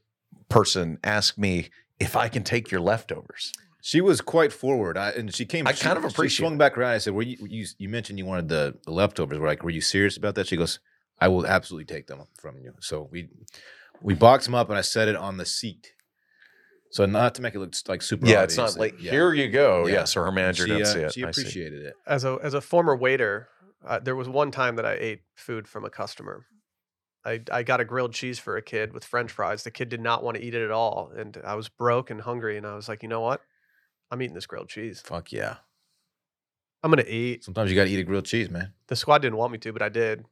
person ask me if I can take your leftovers.
She was quite forward, I, and she came.
I
she-
kind of
she
appreciate
swung back around. I said, "Were you, you? You mentioned you wanted the, the leftovers. We're like, were you serious about that?" She goes, "I will absolutely take them from you." So we we boxed them up, and I set it on the seat. So not to make it look s- like super.
yeah, it's
obvious,
not like
yeah.
here you go. Yeah.
Yeah.
so her manager
She,
didn't
uh,
see it.
she
I see.
appreciated it.
as a as a former waiter, uh, there was one time that I ate food from a customer. I, I got a grilled cheese for a kid with French fries. The kid did not want to eat it at all, and I was broke and hungry, and I was like, you know what? I'm eating this grilled cheese.
Fuck yeah.
I'm gonna eat.
Sometimes you got to eat a grilled cheese, man.
The squad didn't want me to, but I did.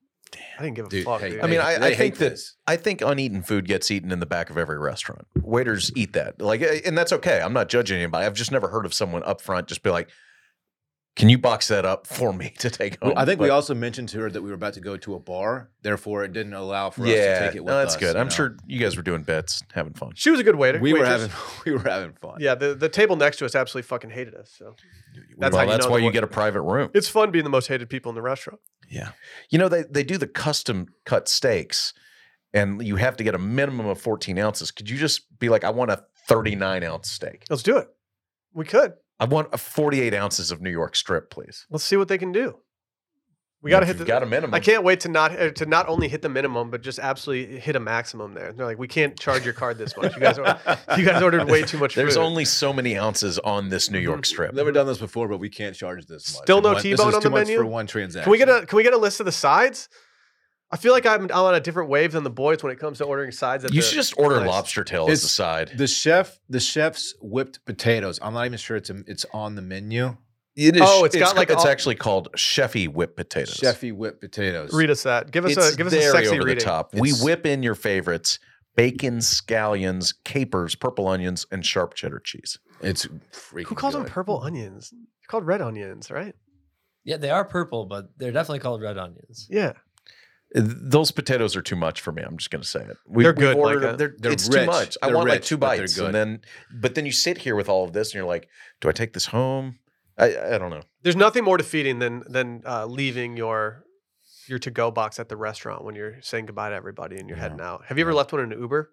I didn't give a
Dude,
fuck.
hey,
dude.
I mean,
They-
I,
they
I think
hate
that
this.
I think uneaten food gets eaten in the back of every restaurant. Waiters eat that, like, eh, and that's okay. I'm not judging anybody. I've just never heard of someone up front just be like, "Can you box that up for me to take
We-
home?"
I think we
But-
also mentioned to her that we were about to go to a bar, therefore it didn't allow for us to
yeah,
take it with
no, that's
us,
good.
you
I'm
know?
sure you guys were doing bets, having fun.
she was a good waiter.
we were
waitress.
having we were having fun.
Yeah, the, the table next to us absolutely fucking hated us. So That's
well,
how you
that's
know
why
the
you
one-
get a private room.
it's fun being the most hated people in the restaurant.
Yeah, you know they they do the custom cut steaks, and you have to get a minimum of 14 ounces. Could you just be like, "I want a 39 ounce steak.
Let's do it. We could.
I want a 48 ounces of New York strip, please."
Let's see what they can do. We
If
got to hit the.
you've got a minimum.
I can't wait to not uh, to not only hit the minimum, but just absolutely hit a maximum there. They're like, we can't charge your card this much. You guys, ordered, you guys ordered way too much.
There's
food.
only so many ounces on this New York strip.
I've never done this before, but we can't charge this much.
Still no
One-
T-bone
this is
on
too
the
much
menu?
for one transaction.
Can we get a Can we get a list of the sides? I feel like I'm, I'm on a different wave than the boys when it comes to ordering sides. At
You
the,
should just order
place.
lobster tail as
It's-
a side.
the chef? The chef's whipped potatoes. I'm not even sure it's it's on the menu.
It is.
Oh, it's got like
it's
all-
actually called Chefy whipped potatoes.
Chefy whipped potatoes.
read us that. Give us
It's
a give us a
very
sexy
over
reading.
the top. we
It's-
whip in your favorites: bacon, scallions, capers, purple onions, and sharp cheddar cheese.
It's freaking.
Who calls them
good.
"Mm."
purple onions? They're called red onions, right?
Yeah, they are purple, but they're definitely called red onions.
Yeah.
Uh, Those potatoes are too much for me. I'm just going to say it. We,
They're
we've
good,
ordered
Micah.
them. They're,
They're
it's too
rich.
much. I
They're
want like
rich,
two
but they're
bites, and
good.
then but then you sit here with all of this, and you're like, "Do I take this home? I, I don't know.
There's nothing more defeating than than uh, leaving your your to go box at the restaurant when you're saying goodbye to everybody and you're
Yeah.
heading out. Have you ever left one in an Uber?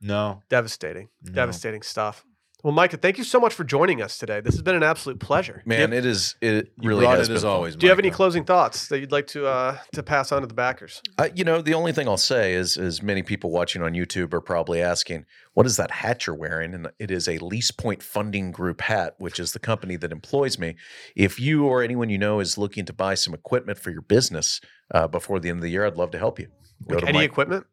No,
Devastating,
No.
devastating stuff. Well, Micah, thank you so much for joining us today. This has been an absolute pleasure.
Man, it is it
you
really
brought
has
it as
been fun.
always.
Do you have any
Michael.
closing thoughts that you'd like to uh, to pass on to the backers?
Uh, you know, the only thing I'll say is, as many people watching on YouTube are probably asking, what is that hat you're wearing? And it is a Lease Point Funding Group hat, which is the company that employs me. If you or anyone you know is looking to buy some equipment for your business uh, before the end of the year, I'd love to help you. Go to
Any
Mike-
equipment?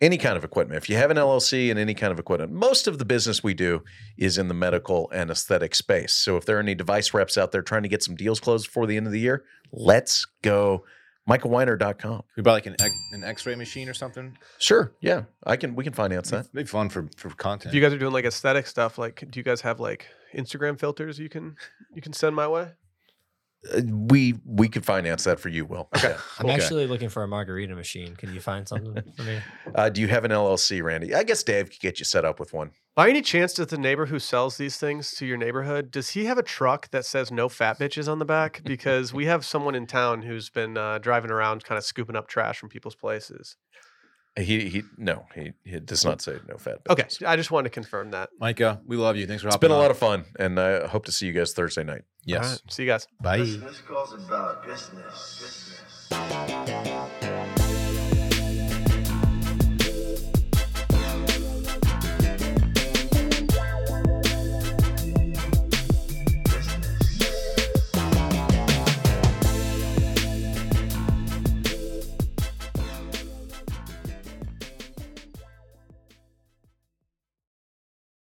any kind of equipment. If you have an LLC and any kind of equipment, most of the business we do is in the medical and aesthetic space. So if there are any device reps out there trying to get some deals closed before the end of the year, let's go. MichaelWeiner.com.
We buy like an ex- an X-ray machine or something.
Sure. Yeah. I can we can finance that.
It'd be fun for for content.
If you guys are doing like aesthetic stuff, like do you guys have like Instagram filters you can you can send my way?
Uh, We we could finance that for you, Will. Okay.
I'm
Okay.
actually looking for a margarita machine. Can you find something for me?
Uh, do you have an LLC, Randy? I guess Dave could get you set up with one.
By any chance, does the neighbor who sells these things to your neighborhood does he have a truck that says "no fat bitches" on the back? Because we have someone in town who's been uh, driving around, kind of scooping up trash from people's places.
He he no, he, he does not say no fat.
Okay,
bitches.
I just wanted to confirm that.
Micah, we love you. Thanks for
It's
hopping
been a lot
on.
of fun and I hope to see you guys Thursday night.
All
yes.
right, see you guys.
Bye.
Business calls about business. Business.